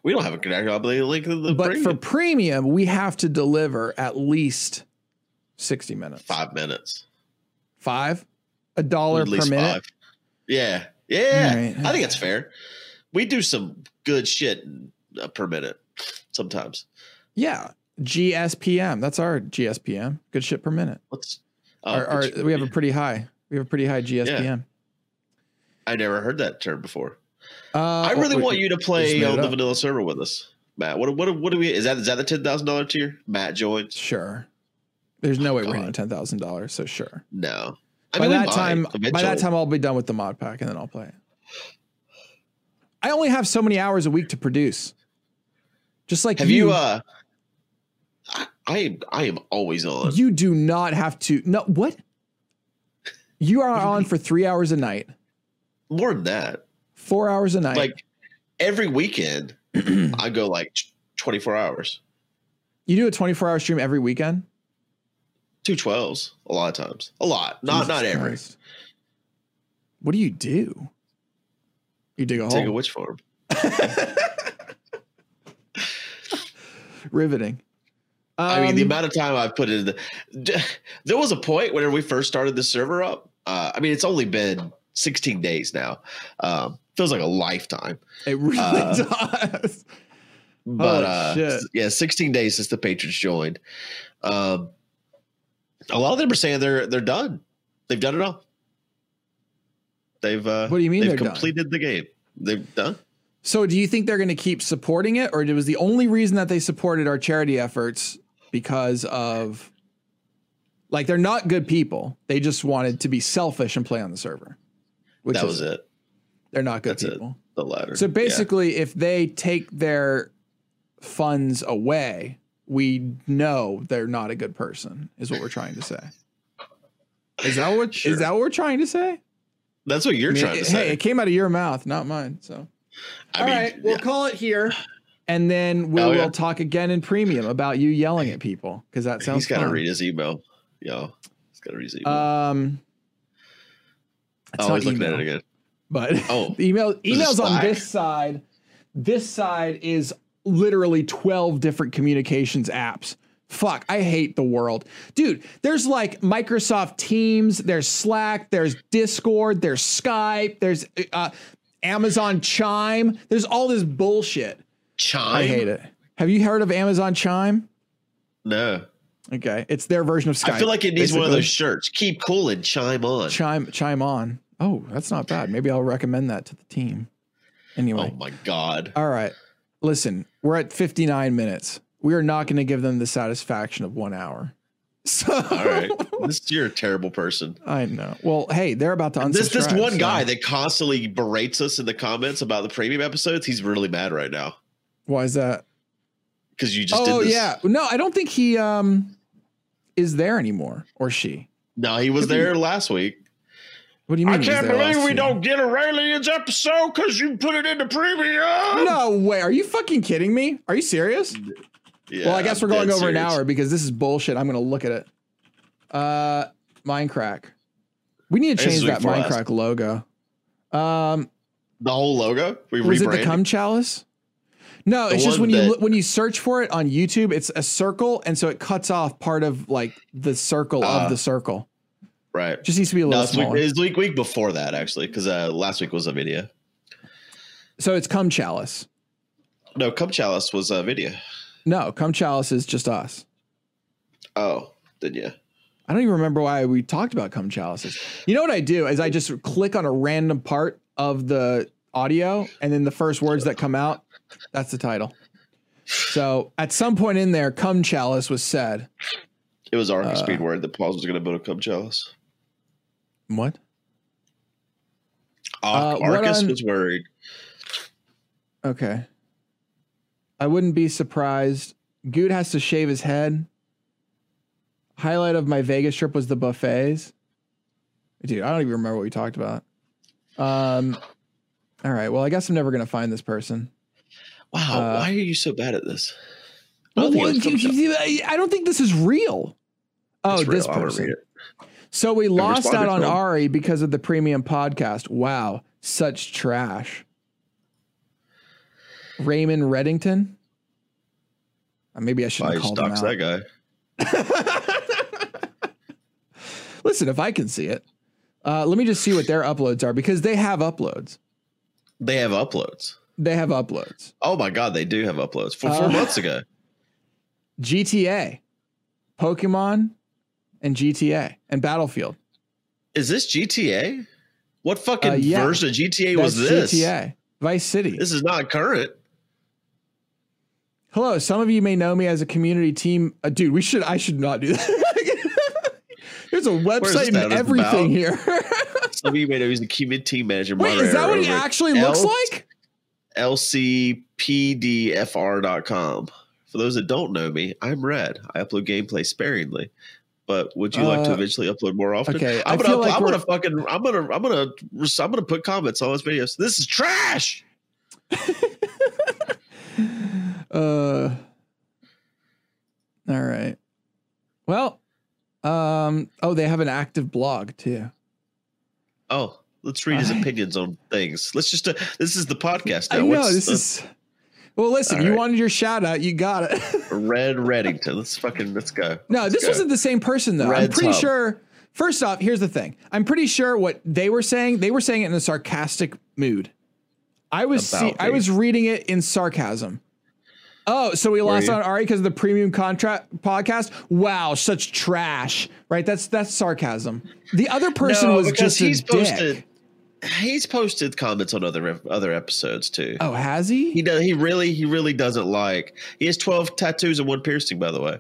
Speaker 2: We don't have a connection. I believe link to the
Speaker 1: but for
Speaker 2: premium.
Speaker 1: premium, we have to deliver at least sixty minutes.
Speaker 2: five minutes,
Speaker 1: Five? A dollar
Speaker 2: at
Speaker 1: per
Speaker 2: least
Speaker 1: minute.
Speaker 2: five. Yeah, yeah.
Speaker 1: All right.
Speaker 2: I think that's fair. We do some good shit uh, per minute sometimes.
Speaker 1: Yeah. GSPM. That's our GSPM. Good shit per minute.
Speaker 2: What's Oh,
Speaker 1: our, our, we have a pretty high. We have a pretty high GSPM.
Speaker 2: I never heard that term before.
Speaker 1: Uh,
Speaker 2: I really
Speaker 1: we-
Speaker 2: want you to
Speaker 1: just
Speaker 2: play
Speaker 1: made it
Speaker 2: on the
Speaker 1: up.
Speaker 2: vanilla server with us, Matt. What what what do we? Is that is that the ten thousand dollar tier? Matt joins.
Speaker 1: Sure. There's no way we're
Speaker 2: Oh, God.
Speaker 1: hitting ten thousand dollars. So sure.
Speaker 2: No. I
Speaker 1: by
Speaker 2: we
Speaker 1: that
Speaker 2: might
Speaker 1: time, by
Speaker 2: eventually.
Speaker 1: that time, I'll be done with the mod pack, and then I'll play it. I only have so many hours a week to produce. Just like
Speaker 2: have
Speaker 1: you,
Speaker 2: you? uh I, I am. I am always on.
Speaker 1: you do not have to. No, what? You are on for three hours a night,
Speaker 2: More than that,
Speaker 1: four hours a night.
Speaker 2: like every weekend, I go like twenty four hours,
Speaker 1: you do a twenty-four hour stream every weekend.
Speaker 2: two twelves, a lot of times, a lot. Not
Speaker 1: Jesus
Speaker 2: not every.
Speaker 1: Christ. What do you do? You dig a
Speaker 2: Take a
Speaker 1: hole.
Speaker 2: witch farm.
Speaker 1: Riveting.
Speaker 2: I mean, the
Speaker 1: Um,
Speaker 2: amount of time I've put in. The, d- there was a point whenever we first started the server up. Uh, I mean, it's only been 16 days now. Um, feels like a lifetime.
Speaker 1: it really
Speaker 2: uh,
Speaker 1: does.
Speaker 2: but
Speaker 1: Holy
Speaker 2: uh,
Speaker 1: Oh, shit.
Speaker 2: s- yeah, 16 days since the patrons joined. Um, a lot of them are saying they're they're done. They've done it all. They've uh,
Speaker 1: What do you mean
Speaker 2: they've
Speaker 1: they're done?
Speaker 2: completed the game. They've done.
Speaker 1: So, do you think they're going to keep supporting it, or it was the only reason that they supported our charity efforts because of, like, they're not good people. They just wanted to be selfish and play on the server. Which
Speaker 2: that
Speaker 1: is,
Speaker 2: was it.
Speaker 1: They're not good
Speaker 2: That's it.
Speaker 1: people.
Speaker 2: The latter.
Speaker 1: So
Speaker 2: Yeah.
Speaker 1: basically, if they take their funds away, we know they're not a good person. Is what we're trying to say. Is that what is
Speaker 2: Sure.
Speaker 1: that what we're trying to say?
Speaker 2: that's what you're
Speaker 1: I mean,
Speaker 2: trying
Speaker 1: it-
Speaker 2: to
Speaker 1: Hey,
Speaker 2: say.
Speaker 1: it came out of your mouth, not mine. So.
Speaker 2: I
Speaker 1: All
Speaker 2: mean,
Speaker 1: right, we'll
Speaker 2: yeah.
Speaker 1: call it here, and then we
Speaker 2: Oh,
Speaker 1: will
Speaker 2: yeah.
Speaker 1: talk again in premium about you yelling at people because that sounds.
Speaker 2: he's got to
Speaker 1: fun.
Speaker 2: read his email. Yo, he's got to read his email.
Speaker 1: Um, it's
Speaker 2: oh,
Speaker 1: not
Speaker 2: he's looking at
Speaker 1: email,
Speaker 2: it again.
Speaker 1: But
Speaker 2: Oh,
Speaker 1: the email
Speaker 2: is
Speaker 1: emails on
Speaker 2: Slack.
Speaker 1: this side. This side is literally twelve different communications apps. Fuck, I hate the world, dude. There's like Microsoft Teams, there's Slack, there's Discord, there's Skype, there's uh, Amazon Chime. There's all this bullshit.
Speaker 2: Chime.
Speaker 1: I hate it. Have you heard of Amazon Chime?
Speaker 2: No,
Speaker 1: Okay, it's their version of Skype.
Speaker 2: I feel like it needs one of
Speaker 1: basically.
Speaker 2: those shirts. Keep cool and chime on.
Speaker 1: chime chime on. Oh, that's not bad. Maybe I'll recommend that to the team.
Speaker 2: Oh
Speaker 1: Anyway,
Speaker 2: my god.
Speaker 1: all right. Listen, we're at 59 minutes. We are not going to give them the satisfaction of 1 hour. So
Speaker 2: All right, this you're a terrible person.
Speaker 1: I know. Well, hey, they're about to unsubscribe.
Speaker 2: This this one
Speaker 1: so-
Speaker 2: guy that constantly berates us in the comments about the premium episodes, he's really mad right now
Speaker 1: Why is that?
Speaker 2: because you just
Speaker 1: Oh,
Speaker 2: did this.
Speaker 1: yeah. No, I don't think he um is there anymore or she.
Speaker 2: No, he was
Speaker 1: Could be.
Speaker 2: there last week.
Speaker 1: What do you mean? he's there last year?
Speaker 2: get a aliens episode because you put it in the premium.
Speaker 1: No way. Are you fucking kidding me? Are you serious?
Speaker 2: Yeah,
Speaker 1: well, I guess
Speaker 2: I'm
Speaker 1: we're going
Speaker 2: dead
Speaker 1: over an
Speaker 2: serious.
Speaker 1: hour because this is bullshit. I'm going to look at it. Uh, Minecraft. We need to
Speaker 2: This is
Speaker 1: change
Speaker 2: week
Speaker 1: that
Speaker 2: four last.
Speaker 1: Minecraft logo. Um,
Speaker 2: The whole logo. We
Speaker 1: was it the
Speaker 2: rebranded.
Speaker 1: cum chalice? No,
Speaker 2: The
Speaker 1: it's just when
Speaker 2: one
Speaker 1: you
Speaker 2: that-
Speaker 1: look, when you search for it on YouTube, it's a circle, and so it cuts off part of like the circle
Speaker 2: Ah.
Speaker 1: of the circle.
Speaker 2: right.
Speaker 1: Just needs to be a
Speaker 2: No,
Speaker 1: little
Speaker 2: it's week,
Speaker 1: smaller.
Speaker 2: it's week week before that actually because uh, last week was a video.
Speaker 1: so it's cum chalice.
Speaker 2: No, cum chalice was a video.
Speaker 1: No, Cum Chalice is just us.
Speaker 2: Oh, then yeah.
Speaker 1: I don't even remember why we talked about cum chalices. You know what I do is I just click on a random part of the audio, and then the first words that come out, that's the title. So at some point in there, cum chalice was said.
Speaker 2: It was our
Speaker 1: Uh,
Speaker 2: speed word that Paul's was going to build a cum chalice.
Speaker 1: What?
Speaker 2: Uh,
Speaker 1: Uh, what
Speaker 2: Arcus
Speaker 1: on-
Speaker 2: was worried.
Speaker 1: Okay. I wouldn't be surprised. Good has to shave his head. Highlight of my Vegas trip was the buffets. Dude, I don't even remember what we talked about. Um, all right. Well, I guess I'm never gonna find this person.
Speaker 2: Wow,
Speaker 1: Uh,
Speaker 2: why are you so bad at this?
Speaker 1: Well,
Speaker 2: Nothing
Speaker 1: what-
Speaker 2: else comes up.
Speaker 1: I don't think this is real. Oh,
Speaker 2: It's real.
Speaker 1: this
Speaker 2: I wanna
Speaker 1: person.
Speaker 2: read it.
Speaker 1: So we lost out
Speaker 2: responded
Speaker 1: on
Speaker 2: to him.
Speaker 1: Ari because of the premium podcast. Wow, such trash. Raymond Reddington. Uh, Maybe I
Speaker 2: Why
Speaker 1: shouldn't
Speaker 2: you
Speaker 1: call him
Speaker 2: stalks
Speaker 1: out.
Speaker 2: that guy?
Speaker 1: Listen, if I can see it, uh, let me just see what their uploads are because they have uploads.
Speaker 2: They have uploads.
Speaker 1: They have uploads.
Speaker 2: Oh my god, they do have uploads. From
Speaker 1: Uh,
Speaker 2: four months ago.
Speaker 1: GTA, Pokemon, and GTA and Battlefield.
Speaker 2: Is this GTA? What fucking
Speaker 1: Uh, yeah.
Speaker 2: version of GTA was
Speaker 1: That's
Speaker 2: this?
Speaker 1: GTA, Vice City.
Speaker 2: This is not current.
Speaker 1: Hello, some of you may know me as a community team. Uh, dude, we should. I should not do that. There's a website and
Speaker 2: that? It's about-
Speaker 1: everything here.
Speaker 2: Some of you may know he's the community manager.
Speaker 1: Wait, is that what he actually looks like?
Speaker 2: LCPDFR.com. For those that don't know me, I'm Red. I upload gameplay sparingly. But would you like to
Speaker 1: Uh,
Speaker 2: eventually upload more often?
Speaker 1: okay, I
Speaker 2: I'm gonna,
Speaker 1: feel
Speaker 2: upload-
Speaker 1: like
Speaker 2: I'm
Speaker 1: we're-
Speaker 2: gonna fucking, I'm gonna, I'm gonna, I'm gonna put comments on his videos. This is trash.
Speaker 1: Uh, all right. Well, um. Oh, they have an active blog too.
Speaker 2: Oh, let's read his
Speaker 1: Alright.
Speaker 2: opinions on things. Let's just, uh, this is the podcast. Now.
Speaker 1: I know
Speaker 2: What's
Speaker 1: this
Speaker 2: the-
Speaker 1: is. Well, listen.
Speaker 2: All
Speaker 1: You
Speaker 2: right.
Speaker 1: wanted your shout out. You got it.
Speaker 2: Red Reddington. Let's fucking, let's go.
Speaker 1: No,
Speaker 2: Let's
Speaker 1: this
Speaker 2: go.
Speaker 1: wasn't the same person though. I'm
Speaker 2: Red
Speaker 1: pretty
Speaker 2: tub.
Speaker 1: sure. First off, here's the thing. I'm pretty sure what they were saying. They were saying it in a sarcastic mood. I was see,
Speaker 2: About
Speaker 1: I was reading it in sarcasm. Oh, so we lost
Speaker 2: you?
Speaker 1: on Ari because of the premium contract podcast. Wow, such trash. Right? That's that's sarcasm. The other person
Speaker 2: No,
Speaker 1: was
Speaker 2: because
Speaker 1: just
Speaker 2: he's
Speaker 1: a posted.
Speaker 2: posted. He's posted comments on other other episodes too.
Speaker 1: Oh, has he?
Speaker 2: He does. He really, he really doesn't like. He has twelve tattoos and one piercing, by the way.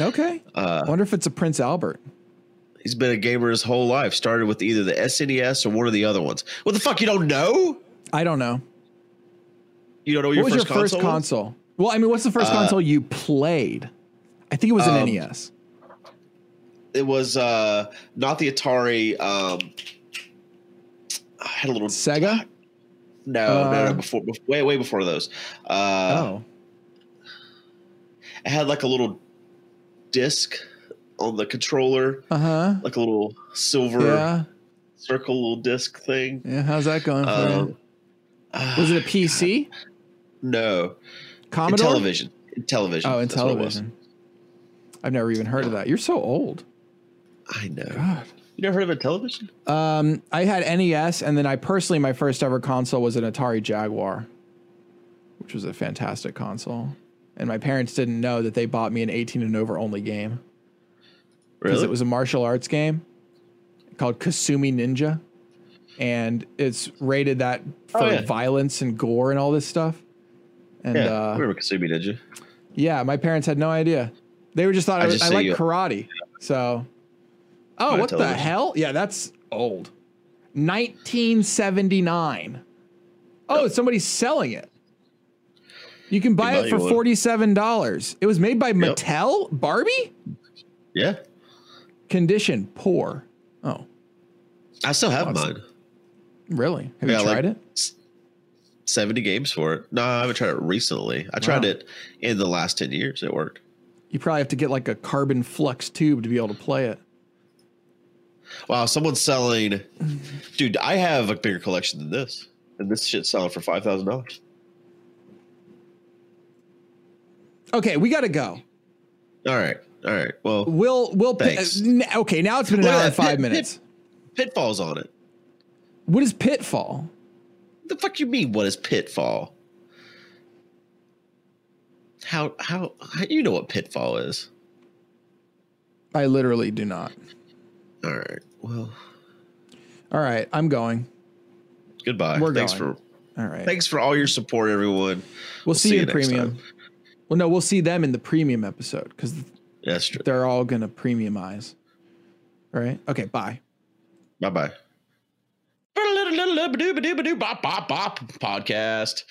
Speaker 1: okay.
Speaker 2: Uh,
Speaker 1: Wonder if it's a Prince Albert.
Speaker 2: he's been a gamer his whole life. Started with either the SNES or one of the other ones. What the fuck? You don't know?
Speaker 1: I don't know.
Speaker 2: You don't know
Speaker 1: What
Speaker 2: your
Speaker 1: was
Speaker 2: first
Speaker 1: your first
Speaker 2: console? was?
Speaker 1: console? Well, I mean, what's the first
Speaker 2: Uh,
Speaker 1: console you played? I think it was an E
Speaker 2: um,
Speaker 1: NES.
Speaker 2: It was uh, not the Atari. Um, I had a little
Speaker 1: Sega?
Speaker 2: no, no,
Speaker 1: Uh,
Speaker 2: no. Before, before, way, way before those. Uh,
Speaker 1: oh.
Speaker 2: I had like a little disc on the controller.
Speaker 1: Uh huh.
Speaker 2: like a little silver
Speaker 1: Yeah.
Speaker 2: circle little disc thing.
Speaker 1: Yeah. How's that going for
Speaker 2: Um,
Speaker 1: you? Was it a PC?
Speaker 2: no in
Speaker 1: Commodore?
Speaker 2: television? In television.
Speaker 1: Oh, in
Speaker 2: that's what it was.
Speaker 1: television. I've never even heard of that. You're so old.
Speaker 2: I know.
Speaker 1: God.
Speaker 2: You never heard of a television?
Speaker 1: Um, I had NES, and then I personally, my first ever console was an Atari Jaguar, which was a fantastic console. And my parents didn't know that they bought me an 18 and over only game because
Speaker 2: Really?
Speaker 1: it was a martial arts game called Kasumi Ninja, and it's rated that for
Speaker 2: Oh, yeah.
Speaker 1: violence and gore and all this stuff. And
Speaker 2: yeah. I
Speaker 1: uh,
Speaker 2: remember Kasumi Ninja?
Speaker 1: Yeah, my parents had no idea. They were just thought I,
Speaker 2: I
Speaker 1: was,
Speaker 2: just
Speaker 1: I
Speaker 2: see
Speaker 1: like
Speaker 2: you-
Speaker 1: karate. So, oh,
Speaker 2: My
Speaker 1: what the
Speaker 2: television.
Speaker 1: hell? Yeah, that's old. 1979. Oh, somebody's selling it. You can buy it
Speaker 2: buy
Speaker 1: for
Speaker 2: you one.
Speaker 1: forty-seven dollars. It was made by Mattel. Barbie
Speaker 2: Yeah.
Speaker 1: condition poor. Oh,
Speaker 2: I still have
Speaker 1: Awesome.
Speaker 2: mine.
Speaker 1: really? Have
Speaker 2: Yeah,
Speaker 1: you
Speaker 2: like-
Speaker 1: tried it?
Speaker 2: Seventy games for it. No, I haven't tried it recently. I tried
Speaker 1: Wow.
Speaker 2: it in the last ten years. It worked.
Speaker 1: You probably have to get like a carbon flux tube to be able to play it.
Speaker 2: Wow, someone's selling.
Speaker 1: Mm.
Speaker 2: Dude, I have a bigger collection than this, and this shit's selling for five thousand dollars.
Speaker 1: Okay, we gotta go.
Speaker 2: All right, all right. Well,
Speaker 1: We'll we'll pi-
Speaker 2: Thanks.
Speaker 1: uh, n- okay. Now it's been an
Speaker 2: Look at
Speaker 1: hour
Speaker 2: that.
Speaker 1: and five
Speaker 2: Pit- pit-
Speaker 1: minutes.
Speaker 2: pitfalls on it.
Speaker 1: What is pitfall?
Speaker 2: The fuck you mean? What is pitfall? How, how how you know what pitfall is?
Speaker 1: I literally do not.
Speaker 2: All right. Well,
Speaker 1: All right, I'm going.
Speaker 2: goodbye.
Speaker 1: We're
Speaker 2: thanks
Speaker 1: going.
Speaker 2: for
Speaker 1: All right.
Speaker 2: thanks for all your support, everyone.
Speaker 1: we'll, see, you in
Speaker 2: next
Speaker 1: premium.
Speaker 2: time.
Speaker 1: Well, no, we'll see them in the premium episode because
Speaker 2: That's true.
Speaker 1: they're all going to premiumize. All right. Okay. Bye.
Speaker 2: Bye bye. Podcast.